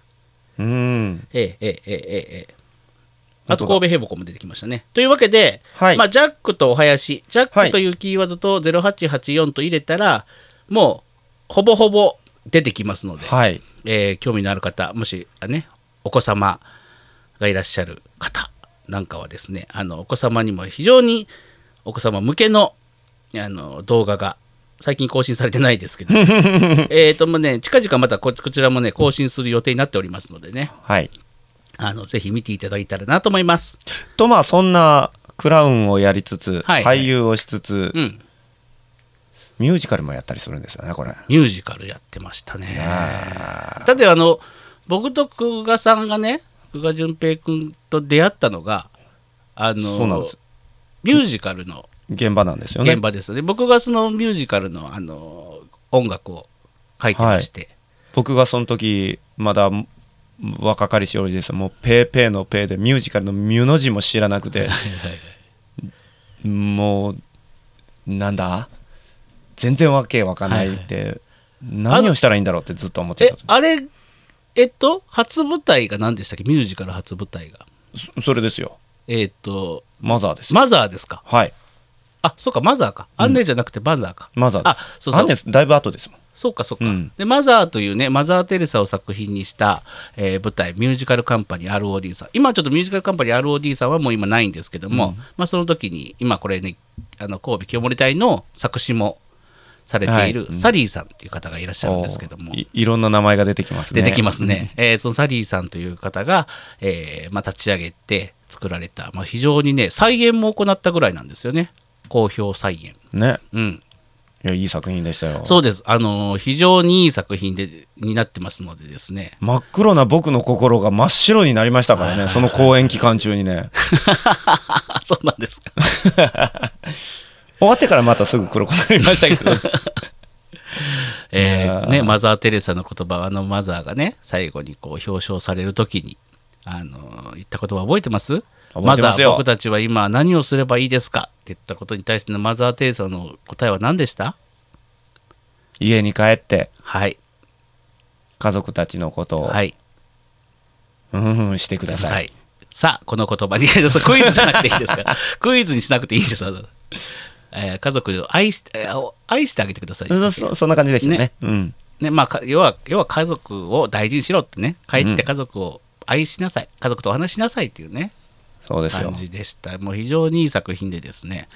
B: うーん
A: ええええええええ。あと
B: 本当
A: 神
B: だ
A: 戸ヘボコも出てきましたね。というわけで、
B: はい
A: まあ、ジャックとお囃子、ジャッ
B: はい
A: クというキーワードと0884と入れたら、もうほぼほぼ出てきますので、
B: はい
A: えー興味のある方、もしあね、お子様がいらっしゃる方なんかはですね、あのお子様にも非常にお子様向けのあの動画が最近更新されてないですけど、えっともうね、近々またここちらもね、更新する予定になっておりますのでね、
B: はい
A: あのぜひ見ていただいたらなと思います。
B: とまあそんなクラウンをやりつつ、
A: はいはい
B: 俳優をしつつ、
A: うん、
B: ミュージカルもやったりするんですよねこれ
A: ミュージカルやってましたね。
B: あ
A: だってあの僕と久我さんがね久我淳平君と出会ったのがあの
B: そうなんです
A: ミュージカルの
B: 現場なんですよね
A: 現場ですよね僕がそのミュージカルのあの音楽を書いてまして、
B: 僕がその時まだ若かりしおりですもうペーペーのペーでミュージカルのミュの字も知らなくてもうなんだ全然わけわかんないって、何をしたらいいんだろうってずっと思って
A: え
B: た
A: あれえっと初舞台が何でしたっけミュージカル初舞台が
B: そそれですよ
A: えっと
B: マザーです、
A: マザーですか
B: はい
A: あそうかマザーかアンネじゃなくてマザーか、
B: マザーです
A: あそうそう
B: アンネスだいぶ後ですもん
A: そうかそうか、
B: うん
A: でマザーというねマザー・テレサを作品にした、えー舞台ミュージカルカンパニー ROD さん今ちょっとミュージカルカンパニー ROD さんはもう今ないんですけども、まあ、その時に今これねあの神戸清盛隊の作詞もされている、
B: はいうん
A: サリーさんっていう方がいらっしゃるんですけども
B: おーいいろんな名前が出てきますね
A: 出てきますね、えーそのサリーさんという方が、えーまあ、立ち上げて作られた、まあ、非常にね再演も行ったぐらいなんですよね好評再演
B: ね
A: うん
B: いやいい作品でしたよ
A: そうです。あのー非常にいい作品でになってますのでですね。 [LAUGHS]
B: 真っ黒な僕の心が真っ白になりましたからねその公演期間中にね
A: あ、そうなんですか。
B: 終わってからまたすぐ黒くなりましたけ
A: [LAUGHS]
B: ど
A: え
B: いや
A: ー
B: ー
A: ね、マザー・テレサの言葉、あのマザーがね、最後にこう表彰されるときに、あの言った言葉覚えてます
B: 覚えてますよ
A: マザー僕たちは今何をすればいいですかって言ったことに対してのマザー・テレサの答えは何でした
B: 家に帰って
A: はい
B: 家族たちのことを、
A: はい
B: うんうんしてください、
A: はいさあこの言葉に [LAUGHS] ちょっとクイズじゃなくていいですから [LAUGHS] クイズにしなくていいですわざわざえー家族を愛しえー愛してあげてください
B: そそそんな感じでしたね
A: ね
B: うん、
A: ねまあか、要は要は家族を大事にしろってね帰って家族を愛しなさい、家族とお話ししなさいっていうね
B: そうですよ
A: 感じでしたもう非常にいい作品でですね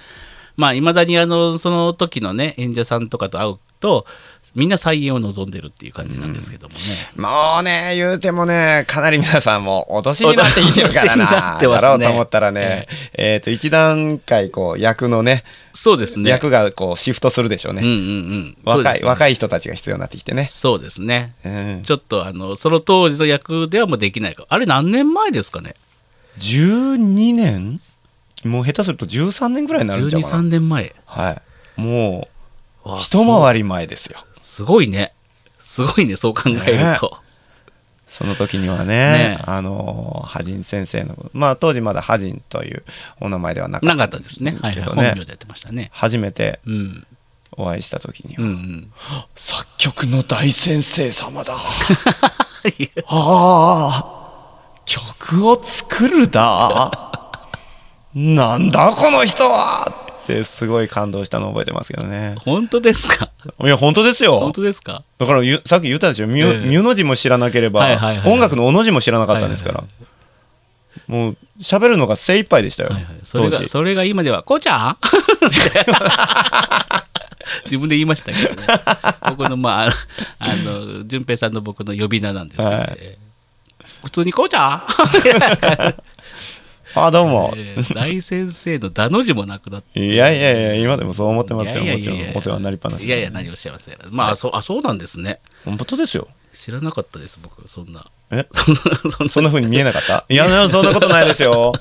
A: まあいまだにあのその時のね演者さんとかと会うとみんな再演を望んでるっていう感じなんですけどもね、
B: もうね言うてもねかなり皆さんもお年になってきてるか
A: お
B: ら
A: 年にな
B: な
A: ってますね
B: やろうと思ったらね、えーと一段階こう役のね
A: そうですね
B: 役がこうシフトするでしょうね
A: うんうんうん
B: 若い
A: い
B: 若い人たちが必要になってきてね、
A: そうですね
B: うん、
A: ちょっとあのその当時の役ではもうできないかあれ何年前ですかね
B: 12年もう下手すると13年ぐらいになるんじゃ
A: 1 2
B: うか
A: 3
B: な
A: 年前
B: はいもう
A: わあ
B: 一回り前ですよ
A: すごいねすごいねそう考えると、
B: その時にはね
A: ねえ
B: あの羽人先生のまあ当時まだ羽人というお名前ではなかっ
A: な
B: た
A: かったですね。はい、
B: け
A: はい、
B: ど
A: 本
B: ね
A: 名でやってましたね。
B: 初めて
A: うん。
B: お会いした時には
A: うん、うん。
B: 作曲の大先生様だ
A: [LAUGHS] いや
B: ああ曲を作るだなんだこの人はってすごい感動したのを覚えてますけどね
A: 本当ですか。
B: いや本当です
A: 本
B: よ
A: 当ですか。
B: だからゆさっき言ったでしょ「ミュ
A: ええ
B: ミュの字も知らなければ、
A: はいはいはいはい
B: 音楽の「お」の字も知らなかったんですから、
A: は
B: もう喋るのが精一杯でしたよ、
A: はいはい。そ
B: 当
A: れ
B: 時
A: が、それが今では、こうちゃん。 [LAUGHS] 自分で言いましたけどね。僕の、まあ、あの、順平さんの僕の呼び名なんですけど、ね
B: は
A: 普通にこうちゃん。
B: あどうも、
A: [LAUGHS] えー大先生のだの字もなくなって。
B: いやいやいや今でもそう思ってますよ
A: いや
B: も
A: い
B: ち
A: や
B: ろ
A: いやい
B: ん
A: や
B: お世話になりっぱなし
A: いやいや、何をおっしゃいますやらまあ、そう、あ、そうなんですね。
B: 本当で
A: [LAUGHS]
B: すよ
A: 知らなかったです、僕、そんな。 [LAUGHS]
B: え
A: そんな、そんな
B: そんな風に見えなかったいやいやそんなことないで
A: [LAUGHS]
B: すよ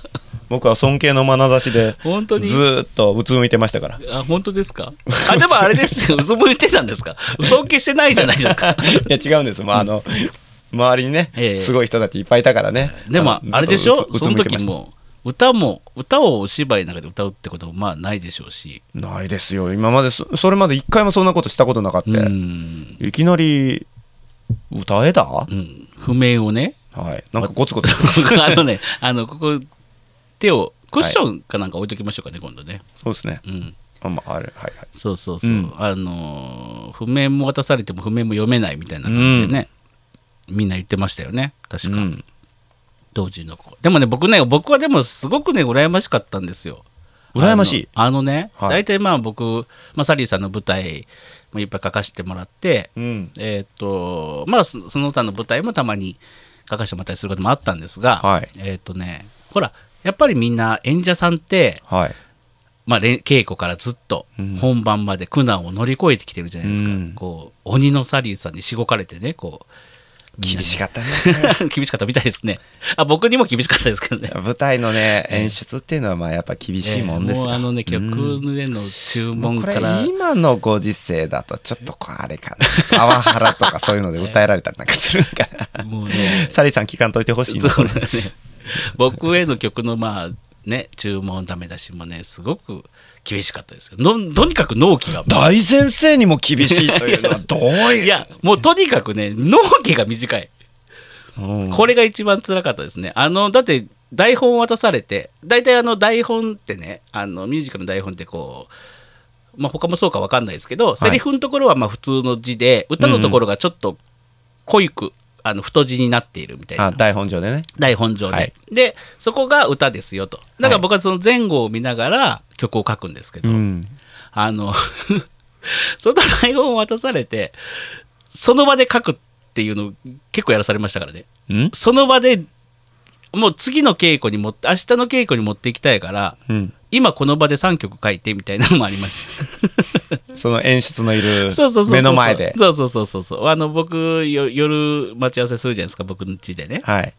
B: 僕は尊敬の眼差しで
A: 本当に。
B: ずーっとうつむいてましたから
A: [LAUGHS] あ本当ですかあでもあれですよ、 [LAUGHS] うそぶいてたんですか、尊敬してないじゃないですか。
B: いや違うんですまああの周りにね、
A: ええ
B: すごい人たちいっぱいいたからね
A: [LAUGHS] でも
B: のずっと
A: あれでしょ
B: う、つ
A: そうの
B: つむいて
A: 時
B: ました
A: も歌も歌をお芝居の中で歌うってこともまあないでしょうし、
B: ないですよ今までそそれまで一回もそんなことしたことなかった、
A: うん、
B: いきなり歌えだ、
A: うん、譜面をね、 [LAUGHS]
B: はいなんかゴツゴツ
A: あのね、あのここ、手をクッションかなんか置いときましょうかね、今度ね。
B: そうですね
A: うん
B: あまああれはいはい
A: そうそうそう、
B: うん
A: あのー譜面も渡されても譜面も読めないみたいな感じでね、みんな言ってましたよね確か、
B: うん
A: 当時の子でもね僕ね僕はでもすごくね羨ましかったんですよ
B: 羨ましい
A: あのあのね、
B: はい
A: 大体まあ僕、まあ、サリーさんの舞台もいっぱい書かせてもらって、
B: うん
A: えーっとまあそその他の舞台もたまに書かせてもらったりすることもあったんですが、
B: はい
A: えーっとねほらやっぱりみんな演者さんって、
B: はい
A: まあ、れん稽古からずっと
B: うん
A: 本番まで苦難を乗り越えてきてるじゃないですか、
B: うん
A: こう鬼のサリーさんにしごかれてねこうみんな
B: 厳
A: に
B: しかったね
A: [LAUGHS] 厳しかったみたいですねあ僕にも厳しかったですけどね
B: 舞台の
A: [LAUGHS]
B: ね演出っていうのはまあやっぱ厳しいもんですよ、
A: ええもうあのね曲
B: うん
A: での注
B: も
A: 文
B: うこ
A: か
B: れ
A: ら、
B: 今のご時世だとちょっとこうあれかなパワハラとかそういうので歌えられたりなんかするんか
A: [LAUGHS]
B: な
A: もう
B: [LAUGHS]
A: ね
B: サリーさん聞かんといてほしいな
A: そうだね [LAUGHS] 僕への曲のまあね注文ダメ出しもねすごく厳しかったですよのとにかく納期が
B: 大先生にも厳しいというのはどういう
A: いやもうとにかくね納期が短い
B: うん
A: これが一番辛かったですね。あのだって台本渡されて大体あの台本ってねあのミュージカルの台本ってこう、まあ、他もそうか分かんないですけど、セリフのところはまあ普通の字で歌のところがちょっと濃いく、あの太字になっているみたい
B: あ
A: な
B: 台本上でね
A: 台本上で、
B: はい
A: でそこが歌ですよとだから僕はその前後を見ながら曲を書くんですけど、
B: ん
A: あの [LAUGHS] その台本を渡されてその場で書くっていうのを結構やらされましたからね。
B: うん
A: その場でもう次の稽古に持って明日の稽古に持っていきたいから
B: うん
A: 今この場で3曲書いてみたいなのもありまし
B: その演出のいる
A: た [LAUGHS] そうそうそうそう
B: 目の前で
A: そうそうそうそうそうあの僕よ夜待ち合わせするじゃないですか僕の家でね
B: はい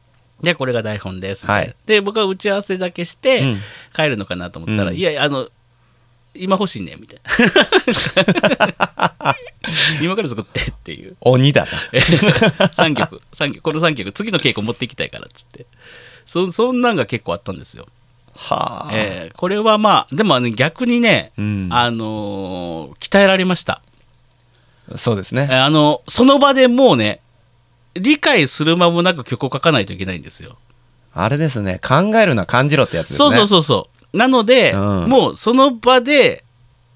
A: でこれが台本ですみたいな、
B: はい
A: で僕は打ち合わせだけして
B: うん
A: 帰るのかなと思ったら、
B: うん
A: いやあの今欲しいねみたいな
B: [LAUGHS]
A: 今から作ってっていう
B: 鬼だな。
A: 3曲 [LAUGHS] 三曲この3曲次の稽古持っていきたいからっつってそそんなんが結構あったんですよ、
B: はあ。
A: えーこれはまあでもあの逆にね、
B: うん
A: あのー鍛えられました
B: そうです
A: え
B: ね。
A: ーあのその場でもうね理解する間もなく曲を書かないといけないんですよ
B: あれですね。考えるな、感じろってやつですね。
A: そうそうそうそうなので、
B: うん
A: もうその場で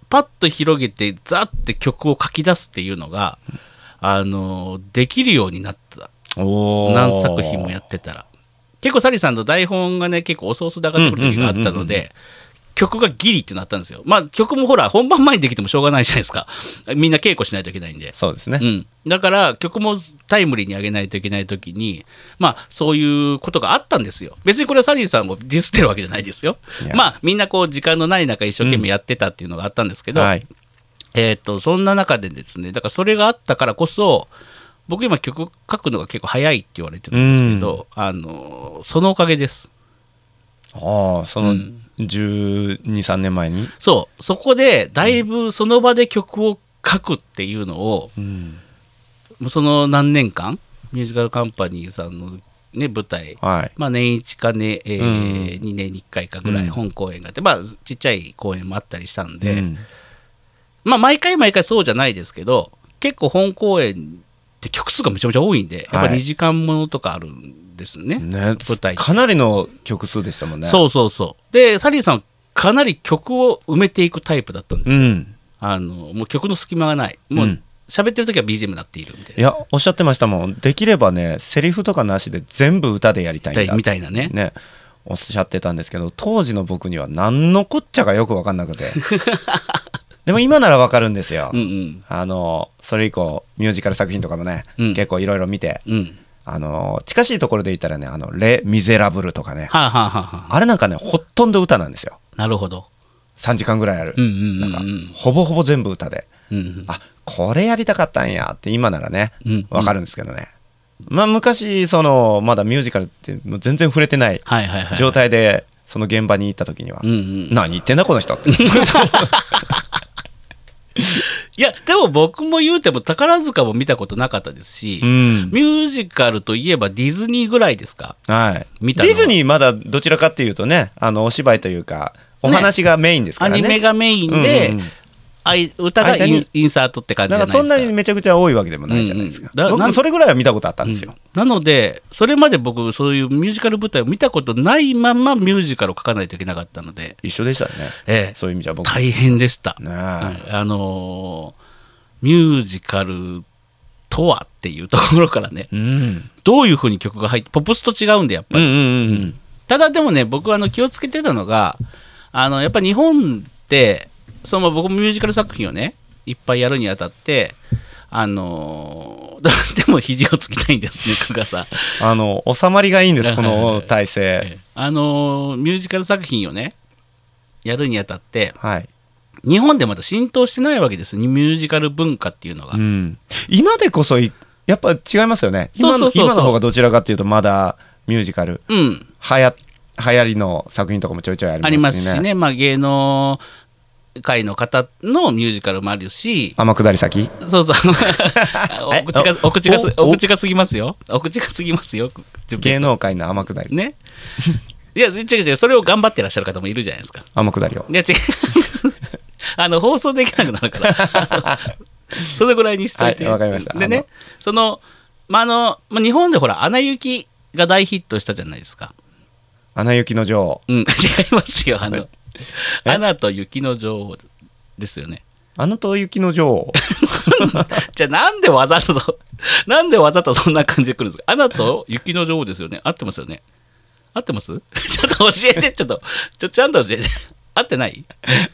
A: パッと広げてザッて曲を書き出すっていうのがあのできるようになった
B: おー
A: 何作品もやってたら結構サリーさんの台本がね結構おソースだがってくる時があった
B: うんうん
A: の
B: うんうんう
A: で曲がギリってなったんですよまあ曲もほら本番前にできてもしょうがないじゃないですかみんな稽古しないといけないんで
B: そうですね
A: う。ん、だから曲もタイムリーに上げないといけない時にまあそういうことがあったんですよ別にこれはサリーさんをディスってるわけじゃないですよ
B: いや
A: まあみんなこう時間のない中一生懸命やってたっていうのがあったんですけど、
B: はい。
A: えー、とそんな中でですねだからそれがあったからこそ僕今曲書くのが結構早いって言われてるんですけど、あのそのおかげです
B: ああ、そうの
A: ん
B: 12、3年前に。
A: そうそこでだいぶその場で曲を書くっていうのを、
B: うん。
A: もうその何年間ミュージカルカンパニーさんの、ね、舞台
B: はい。
A: まあ、年1か、ねえ
B: うん
A: 2年に1回かぐら
B: う
A: い
B: ん
A: 本公演があって、まあ、ちっちゃい公演もあったりしたんで、
B: うん
A: まあ、毎回毎回そうじゃないですけど結構本公演って曲数がめちゃめちゃ多いんでやっぱ
B: は
A: 2
B: い
A: 時間ものとかあるんですね。
B: ね
A: 舞台
B: かなりの曲数でしたもんね。
A: そうそうそうでサリーさんはかなり曲を埋めていくタイプだったんです
B: う
A: よ、
B: ん。
A: あのもう曲の隙間がないも
B: う
A: うん喋ってる時は BGM になっているん
B: い
A: で、
B: や、おっしゃってましたもん。できればね、セリフとかなしで全部歌でやりたいんだ
A: みたいなね
B: ね、おっしゃってたんですけど当時の僕には何のこっちゃがよく分かん
A: [LAUGHS]
B: なくてでも今なら分かるんですよ、
A: うんうん
B: あのそれ以降ミュージカル作品とかもね、
A: うん
B: 結構いろいろ見て
A: うん
B: あの近しいところで言ったらね「あのレ・ミゼラブル」とかね
A: はあ、はあはあはあ、
B: あれなんかねほとんど歌なんですよ
A: なるほど
B: 3時間ぐらいある、
A: うんうんうんうん
B: なんかほぼほぼ全部歌で
A: うんうん
B: あこれやりたかったんやって今ならね
A: うん
B: 分かるんですけどね、まあ昔そのまだミュージカルってもう全然触れてない
A: はいはいはい
B: 状態でその現場に行った時には
A: うんうん、
B: 何言ってんだこの人
A: [LAUGHS]
B: って
A: いやでも僕も言うても宝塚も見たことなかったですし、
B: うん
A: ミュージカルといえばディズニーぐらいですか
B: はい
A: 見たの
B: ディズニーまだどちらかっていうとねあのお芝居というかお話がメインですか
A: ア
B: らね
A: ニメがメインで、
B: うんうん
A: あい歌が
B: 間
A: イン
B: に
A: インサートって感じじ
B: だ
A: ゃない
B: から
A: ですか
B: そんなにめちゃくちゃ多いわけでもないじゃないですか,、
A: うんうんだから
B: 僕もそれぐらいは見たことあったんですよ、
A: なのでそれまで僕そういうミュージカル舞台を見たことないままミュージカルを書かないといけなかったので、
B: 一緒でしたね
A: ええ
B: そういう意味じゃ僕ね
A: 大変でした、
B: え
A: はいあのーミュージカルとはっていうところからね
B: うん
A: どういうふうに曲が入ってポップスと違うんでやっぱり
B: うんうんうん
A: ただでもね僕はあの気をつけてたのがあのやっぱ日本ってその僕もミュージカル作品をねいっぱいやるにあたってあの [LAUGHS] ーでも肘をつきたいんです [LAUGHS] ね久我さん。
B: あの収まりがいいんですこ
A: はいはいは
B: の
A: い
B: 体勢
A: あのーミュージカル作品をねやるにあたって
B: はい、
A: 日本でまだ浸透してないわけですミュージカル文化っていうのが。
B: うん、今でこそいやっぱ違いますよね今
A: そうそうそ
B: の
A: うそう
B: 今の方がどちらかっていうとまだミュージカル
A: うん、
B: はや流行りの作品とかもちょいちょいあります
A: ありま
B: ね。
A: すしね、まあ、芸能界の方のミュージカルもあるし、
B: 天下り先
A: そう
B: [LAUGHS]
A: そう。お口が、お口がす、
B: おお
A: お口が過ぎますよ。お口が過ぎますよ。
B: 芸能界の天下り。
A: ね。いや、違う違う、それを頑張ってらっしゃる方もいるじゃないですか。
B: 天下りを。
A: いや、違う。 [LAUGHS] あの、放送できなくなるから。 [LAUGHS] それぐらいにしといて。
B: はいわかりました
A: で
B: あ
A: ね
B: の、
A: その、まあ、あの、まあ、日本でほら、アナ雪が大ヒットしたじゃないですか。
B: アナ雪の女王。
A: [LAUGHS] うん、違いますよ。あの、
B: え
A: アナと雪の女王ですよね。
B: あのと雪の女
A: [LAUGHS]
B: 王。
A: じゃあなんでわざと、なんでわざとそんな感じで来るんですかアナと雪の女王ですよね合ってますよね合ってます [LAUGHS] ちょっと教えて、ちょっと、ちょ、ちゃんと教えて。合ってない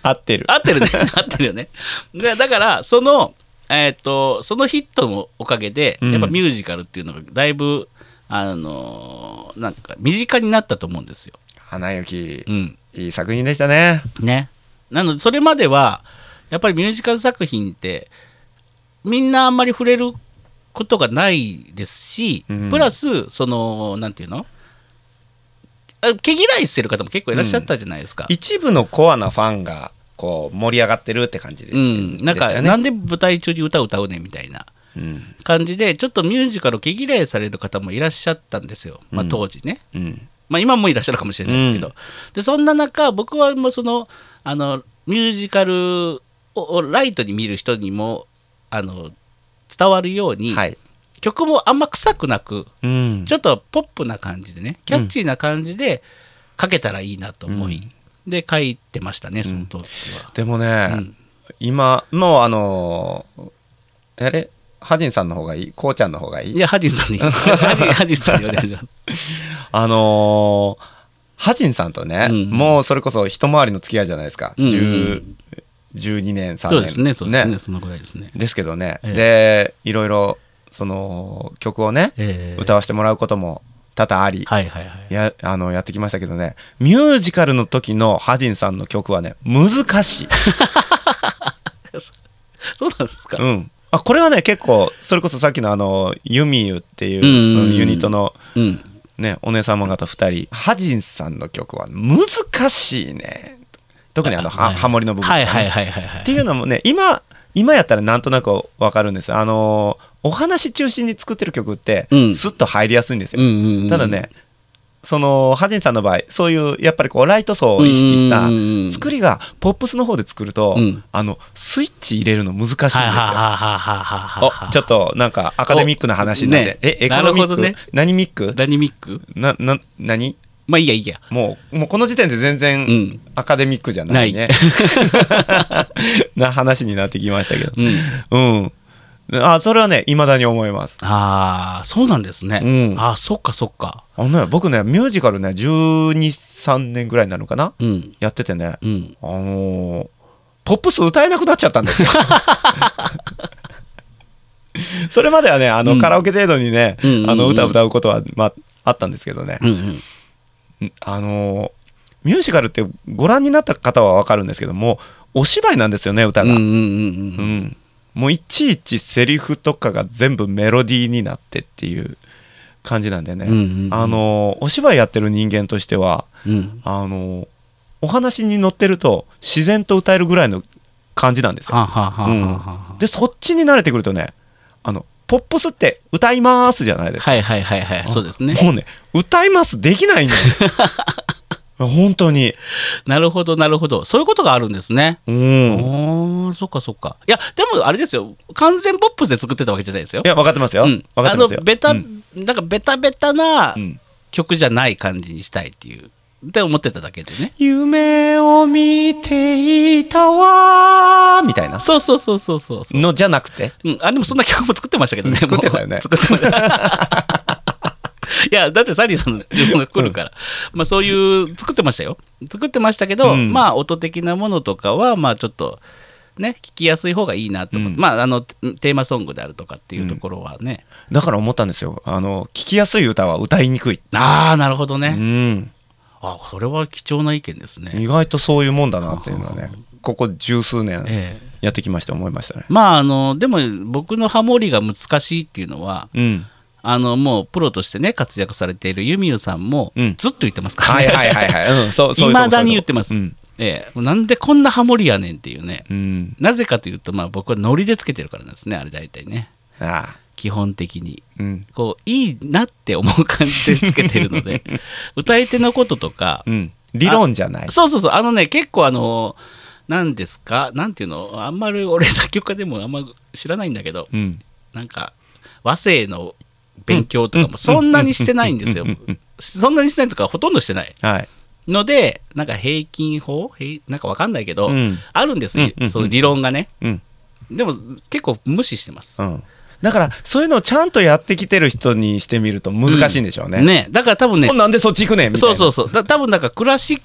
B: 合ってる。
A: 合ってる
B: [LAUGHS]
A: ね。合ってるよね。でだから、その、えーっ、と、そのヒットのおかげで、
B: うん
A: やっぱミュージカルっていうのがだいぶ、あのーなんか身近になったと思うんですよ。
B: アナ雪
A: う。ん。
B: いい作品でしたね。
A: ね。なので、それまでは、やっぱりミュージカル作品って、みんなあんまり触れることがないですし、
B: うん
A: プラス、その、なんていうのあ毛嫌いしてる方も結構いらっしゃったじゃないですか。
B: 一部のコアなファンがこう盛り上がってるって感じで、
A: うん、なん
B: です
A: か、
B: よね
A: なんで舞台中に歌歌うねんみたいな
B: うん
A: 感じで、ちょっとミュージカルを毛嫌いされる方もいらっしゃったんですよ、まあ、当時ね。
B: うん
A: まあ、今もいらっしゃるかもしれないですけど、でそんな中僕はもうそのあのミュージカルををライトに見る人にもあの伝わるように、
B: はい、
A: 曲もあんま臭くなく
B: うん
A: ちょっとポップな感じでねキャッチーな感じで書けたらいいなと思い、で書いてましたねその当時は。
B: でもね、
A: うん
B: 今もうあのーあれハジンさんの方がいいこうちゃんの方がいい
A: いやハジン
B: [LAUGHS]
A: さんにハジンハジンさんにお願いします。
B: あのーハジンさんとね、
A: うん
B: もうそれこそ一回りの付き合いじゃないですか、
A: うんうん
B: 10 12年3年
A: そうですねそうですねそのぐらいですね。
B: ですけどね、
A: ええ
B: でいろいろその曲をね、
A: えー
B: 歌わせてもらうことも多々あり、
A: はいはいはい。
B: やあのやってきましたけどねミュージカルの時のハジンさんの曲はね難しい、
A: そうなんですか。
B: うん、あこれはね結構それこそさっきのあのユミユっていう
A: うんうんうん
B: そのユニットの、
A: うん
B: ね、お姉様方2人ハジンさんの曲は難しいね特にあの
A: あは
B: ハ
A: い
B: ハモリの部分とか
A: は
B: ね、
A: いはいはいはいはい。
B: っていうのもね今今やったらなんとなくわかるんですあのお話中心に作ってる曲って
A: うん
B: スッと入りやすいんですよ、
A: うんうんうん
B: ただね、そのハジンさんの場合そういうやっぱりこうライト層を意識した
A: うんうんうん
B: 作りがポップスの方で作ると、
A: うん
B: あのスイッチ入れるの難しいんですよ。
A: はいはいはいはいはいはいは
B: お
A: い
B: ちょっとなんかアカデミックな話になって、
A: おね
B: えエコノミ
A: なるほど
B: ック、
A: ね
B: 何ミック
A: ダニミック
B: なな何
A: まあいいやいいや。
B: もうもうこの時点で全
A: う
B: 然
A: ん。
B: アカデミックじゃないね、 [LAUGHS] な話になってきましたけど
A: う、ん、
B: うん、あそれはねいまだに思います。
A: ああ、そうなんですね。
B: うん
A: ああ、そっかそっか。
B: あのね僕ねミュージカルね123年ぐらいになるのかな
A: うん。
B: やっててね
A: うん。
B: あのーポップス歌えなくなっちゃった
A: [LAUGHS]
B: んですよ。それまではねあの、
A: うん
B: カラオケ程度にね、
A: うんうんうん
B: あの歌を歌うことは、まあ、あったんですけどね、
A: うんうん。
B: あのーミュージカルってご覧になった方は分かるんですけどもお芝居なんですよね歌
A: うん
B: が、
A: うん
B: うん
A: うんうん。
B: もういちいちセリフとかが全部メロディーになってっていう感じなんでね、
A: うんうんうん
B: あのーお芝居やってる人間としては
A: うん。
B: あのお話に乗ってると自然と歌えるぐらいの感じなんですよ。
A: はあはあはあはあはあ。
B: でそっちに慣れてくるとねあのポップスって歌いますじゃないですか。
A: はいはいはいはい。そうですね。
B: もうね歌いますできないんだよ
A: [LAUGHS]
B: 本当に。
A: なるほどなるほど。そういうことがあるんですね。
B: うん。い
A: おーそっかそっか。いや、でもあれですよ。完全ポップスで作ってたわけじゃないですよ。
B: や分かってますよ。
A: う
B: 分
A: ん、
B: かって
A: あ
B: ま
A: の
B: すよ。
A: ベタ、
B: うん
A: なんかベタベタな
B: うん
A: 曲じゃない感じにしたいっていうって思ってただけでね
B: 夢を見ていたわーみたいな
A: そうそうそうそうそうそう、
B: のじゃなくて。
A: うん、あでもそんな曲も作ってましたけどね
B: うん作ってたよね
A: もう作ってました [LAUGHS] いやだってサリーさんの自分が来るから、まあそういう作ってましたよ作ってましたけど、
B: うん
A: まあ音的なものとかはまあちょっとね聞きやすい方がいいなと思って、
B: うん
A: まああのテーマソングであるとかっていうところはね、
B: だから思ったんですよ。あの聞きやすい歌は歌いにくい。
A: ああなるほど
B: う
A: ね、
B: ん。
A: あこれは貴重な意見ですね、
B: 意外とそういうもんだなっていうのはね [LAUGHS] ここ十数年
A: ええ
B: やってきまして思いましたね
A: まああのでも僕のハモリが難しいっていうのは
B: うん
A: あのもうプロとしてね活躍されているユミユさんも
B: うん
A: ずっと言ってますから
B: はい
A: ね、
B: はいはいはいうんそうそういうとこ
A: まだに言ってます、
B: そういうとこ
A: ええなんでこんなハモリやねんっていうね
B: うんうん
A: なぜかというとまあ僕はノリでつけてるからなんですねあれ大体ね
B: ああ
A: 基本的に
B: うん
A: こういいなって思う感じでつけてるの
B: [LAUGHS]
A: で歌い手のこととか、
B: うん理論じゃない
A: そうそうそう、あのね、結構あの、なんですか、なんていうの、あんまり俺作曲家でもあんま知らないんだけど、
B: うん
A: なんか和声の勉強とかもそんなにしてないんですよ
B: うんうんうん。
A: そんなにしてないとかほとんどしてない
B: はい
A: ので、なんか平均法平なんかわかんないけど、
B: うん
A: あるんです
B: うんうんうん
A: その理論がね。
B: うん
A: でも結構無視してます。
B: うんだからそういうのをちゃんとやってきてる人にしてみると難しいんでしょうね
A: ね、だから多分ね
B: こん、なんでそっち行くねんみたい
A: そう
B: な
A: そうそう、だ多分なんかクラシッ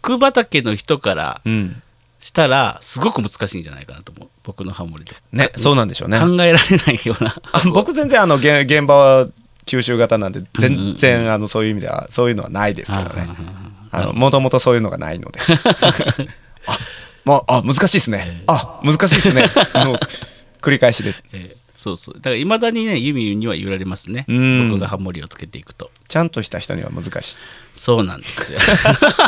A: ク畑の人から
B: うん
A: したら、すごく難しいんじゃないかなと思う、僕のハモリで。
B: ねそうなんでしょうね
A: 考えられないような。
B: あ [LAUGHS] 僕全然あの現現場は吸収型なんで全然あのそういう意味ではそういうのはないですけどねあのもともとそういうのがないので [LAUGHS] あ,、まあ、あ難しいですねあ難しいですねもう繰り返しです
A: えーそうそう。だから、いまだにね、ユミユには言われますね。
B: うん
A: 僕がハモリをつけていくと。
B: ちゃんとした人には難しい
A: そうなんですよ。 [LAUGHS]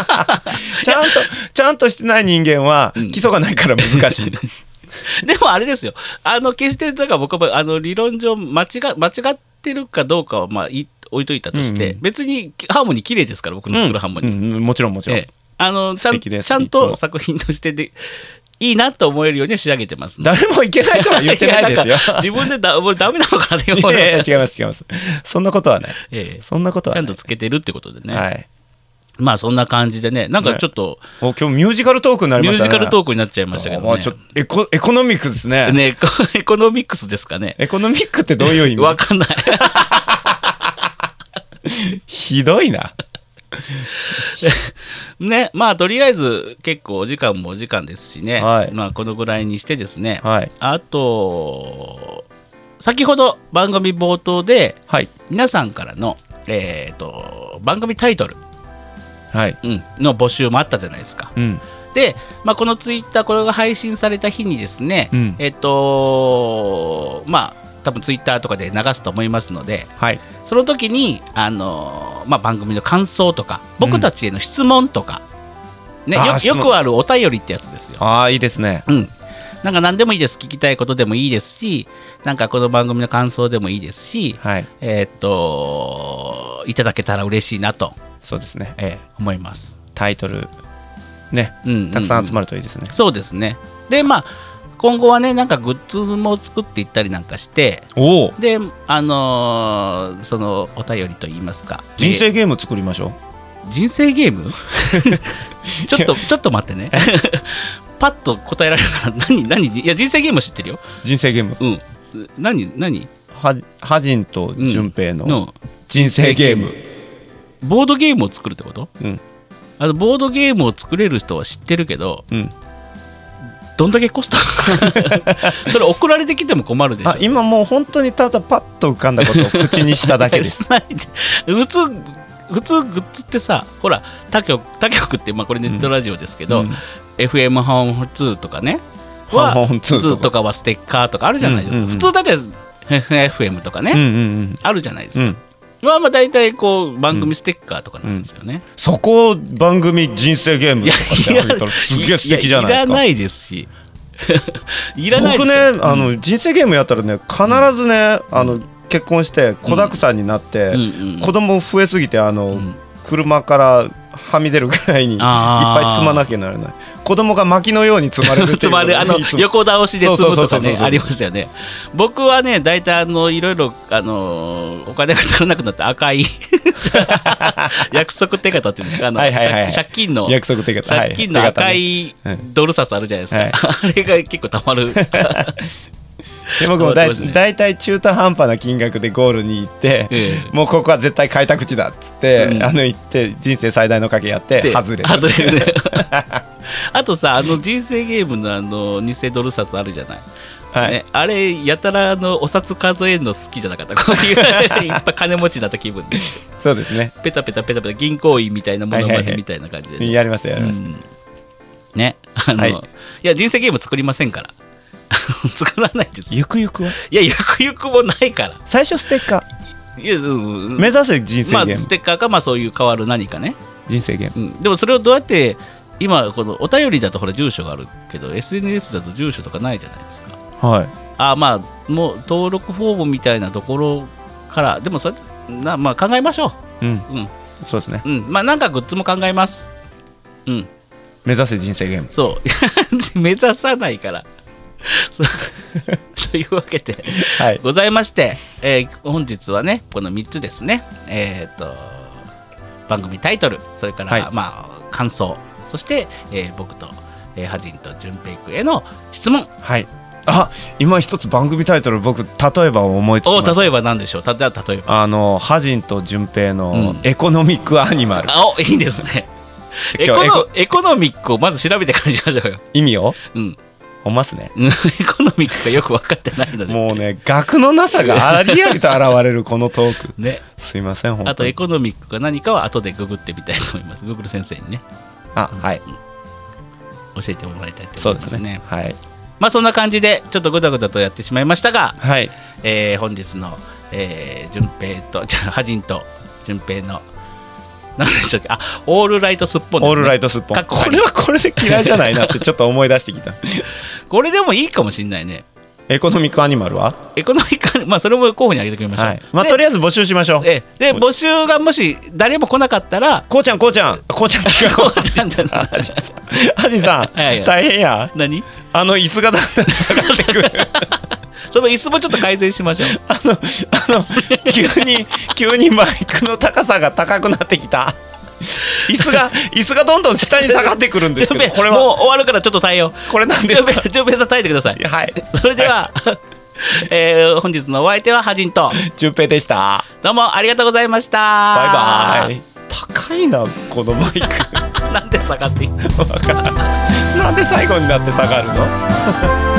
B: ちゃんとちゃんとしてない人間は基礎がないから
A: [LAUGHS]
B: 難しい、
A: でもあれですよ、あの決してだから僕はあの理論上間違、間違ってるかどうかはまあい置いといたとして、
B: うんう
A: 別にきハーモニー綺麗ですから、僕の作るハーモニー。
B: うんうんもちろんもちろん、
A: ええあのちゃ
B: 素
A: ん
B: 敵です
A: ちゃん
B: いつも
A: と作品としてでいいなと思えるようには仕上げてますので
B: 誰もいけないとは言ってないですよ
A: やなんか自分で
B: [LAUGHS]
A: だ俺ダメなのかなって思
B: い
A: いま
B: やいや
A: す
B: 違います違いますそんなことはない
A: ええち
B: そんなことは
A: ゃ
B: ない
A: んとつけてるってことでね、
B: はい
A: まあそんな感じでね、なんかちょっと
B: お今日ミュージカルトークになり
A: ミュ
B: ま
A: ー
B: した
A: ジ
B: ね
A: カルトークになっちゃいましたけど
B: あ
A: ね
B: ちょっとエコエコノミックですね
A: ねエコ [LAUGHS] エコノミックスですかね。
B: エコノミックってどういう意
A: わ
B: 味
A: かんない。
B: ひどいな
A: ね、まあとりあえず結構お時間もお時間ですしね、
B: はい
A: まあこのぐらいにしてですね、
B: はい
A: あと先ほど番組冒頭で
B: はい
A: 皆さんからの、えー、と番組タイトル、
B: はい
A: うんの募集もあったじゃないですか。
B: うん
A: で、まあ、このツイッターこれが配信された日にですね、
B: うん
A: えっ、とまあ多分ツイッターとかで流すと思いますので
B: はい
A: その時に、あのーまあ、番組の感想とか僕たちへの質問とか、ね、
B: あー
A: よ
B: 質問
A: よくあるお便りってやつですよ。
B: ああいいですね
A: うんなんか何でもいいです聞きたいことでもいいですしなんかこの番組の感想でもいいですし、
B: はい
A: えーっといただけたら嬉しいなと、
B: そうですね
A: えー思います。
B: タイトルね
A: うんうんうん
B: たくさん集まるといいですね、
A: そうですね。で、まあ、今後はね、なんかグッズも作っていったりなんかして、
B: おお
A: で、あのーそのお便りといいますか、
B: 人
A: え
B: 生ゲーム作りましょう
A: ー人生ゲーム [LAUGHS] ちょっと、ちょっと待ってね。パッと答えられるかな、何、何、いや、人生ゲームは知ってるよ。
B: 人生ゲーム
A: うん。何、何
B: はハジンと順平の
A: の
B: 人生ゲーム、
A: ボードゲームを作るってこと
B: うん
A: あのボードゲームを作れる人は知ってるけど、
B: うん、
A: どんだけコス
B: [LAUGHS]
A: トそれ送られてきても困るでしょ
B: あ。今もう本当にただパッと浮かんだことを口にしただけです
A: しないで普通普通グッズってさほら他局他局って、まあ、これネットラジオです [LAUGHS] けど、
B: うん
A: FM ホン2とかね
B: は
A: は
B: 本
A: 2
B: と
A: と
B: か
A: かはステッカーとかあるじゃないですか、
B: うんうんうん
A: 普通だって FM とかね、
B: うんうん
A: あるじゃないです
B: うんう
A: か、
B: ん
A: まあまあ大体こう番組ステッカーとかなんですよね、
B: そこを番組人生ゲームとかってあげたらすげえ素敵じゃないで
A: や
B: す
A: いらな
B: か
A: いですしいらないで
B: 僕
A: す
B: ね
A: よ
B: あの人生ゲームやったらね必ずねあの結婚して子だくさんになって
A: うんうんうん
B: 子供増えすぎてあの
A: ん
B: 車からはみ出るぐらいにいっ
A: あ
B: ぱ
A: ー
B: い積まなきゃならない子供が薪のように積まれるってい
A: つ
B: う
A: ま [LAUGHS] りあの
B: いつも
A: 横倒しで積む
B: そ
A: と
B: うそうそ
A: か
B: うそう
A: ね
B: そう
A: ありましたよね僕はね大体あのいろいろあのお金が足らなくなって赤い約束手形っていうんですかあの
B: はいはいはいはい
A: 借借金の
B: 約束手形はい
A: 借金の
B: 手形
A: 赤
B: ね
A: いドル札あるじゃないですか、
B: は
A: あ
B: い
A: れが結構た
B: [LAUGHS]
A: まる
B: で僕もだい
A: そうですね
B: 大体中途半端な金額でゴールに行って、
A: ええ
B: [LAUGHS] もうここは絶対開拓地だっつって、
A: うん
B: あの行って人生最大の賭けやって外れる
A: 外れるね [LAUGHS] あとさあの人生ゲームのあの偽ドル札あるじゃない
B: はい
A: ね、あれやたらあのお札数えるの好きじゃなかったこういういっぱい金持ちになった気分
B: [LAUGHS]
A: で
B: [LAUGHS] そうですね
A: ペタペタペタペタ銀行員みたいなもの
B: は
A: ま
B: いはいは
A: で
B: い
A: みたいな感じでね、
B: やりますやります、
A: うんねあの、、
B: はいい
A: や人生ゲーム作りませんから [LAUGHS] 作らないですい
B: ゆくゆくは
A: やゆくゆくもないから
B: 最初ステッカ
A: いや、うんう
B: ー
A: ん
B: 目指せ人
A: ま
B: 生
A: あ
B: ゲーム、
A: ステッカーかまあそういう変わる何かね、
B: 人生ゲーム
A: うん、でもそれをどうやって今このお便りだとほら住所があるけど SNS だと住所とかないじゃないですか
B: はい
A: あまあもう登録フォームみたいなところからでもそれなまあ考えましょ
B: うん
A: ううん
B: そうですね
A: うんまあなんかグッズも考えますうん
B: 目指せ人生ゲーム
A: そう [LAUGHS] 目指さないからそうというわけで
B: はい
A: ございまして、えー本日はねこの3つですねえっ、と番組タイトルそれから、
B: はい
A: まあ感想そして、えー僕と、えー、ハジンと淳平君への質問
B: はいあ今一つ番組タイトル僕例えば思いつき
A: を
B: ました
A: 例えば何でしょうた例えば
B: あのハジンと順平
A: う
B: の
A: ん
B: エコノミックアニマル、
A: あおいいですねエ
B: [LAUGHS] 今
A: コ
B: 日
A: ノエコノミックをまず調べてからにしましょうよ、
B: 意味を
A: うん、 [LAUGHS]
B: ほんますね
A: うんエコノミックがよく分かってないので
B: もうね、額のなさがありありと現れるこのトーク。
A: ね
B: すいません、本
A: あ
B: 当
A: とエ
B: に。
A: コノミックが何かは後でググってみたいと思います。グーグル先生にね、
B: あ、はい、
A: 教えてもらいたいと思いますね。
B: はい。
A: まあそんな感じでちょっとぐだぐだとやってしまいましたが、
B: はい
A: えー本日の、えー、順平とじゃあハジンと順平の何でしたっけあオールライトすっぽんです、ね、
B: オールライトスッポン
A: かっこいい
B: これはこれで嫌いじゃないなってちょっと思い出してき
A: [LAUGHS]
B: た
A: これでもいいかもしれないね
B: エコノミックアニマルは、
A: エコノミック [LAUGHS] まあそれも候補に挙げておきましょう、
B: はいまあ、
A: で
B: とりあえず募集しましょう
A: ええで募集がもし誰も来なかった
B: [LAUGHS]
A: ら
B: こうちゃんこうちゃんこうちゃん違う
A: [LAUGHS] こうちゃんじゃない
B: ハジンさんハジンさん
A: はいはい
B: 大変や
A: 何 [LAUGHS]
B: あの椅子がだんだん下がってくる
A: その椅子もちょっと改善しましょう
B: あのあの急に急にマイクの高さが高くなってきた椅子が椅子がどんどん下に下がってくるんです
A: 順
B: け
A: 平
B: どこれ
A: も
B: は
A: う終わるからちょっと耐えよ
B: これなん
A: う
B: です
A: 順
B: か
A: [LAUGHS] 平順平さん耐えてください
B: はい
A: それでは、えー本日のお相手はハジンと
B: 順平でした
A: どうもありがとうございました
B: バイ
A: バ
B: バイ高いなこのマイ
A: [LAUGHS]
B: ク
A: なんで下がっていい
B: なんで最後になって下がるの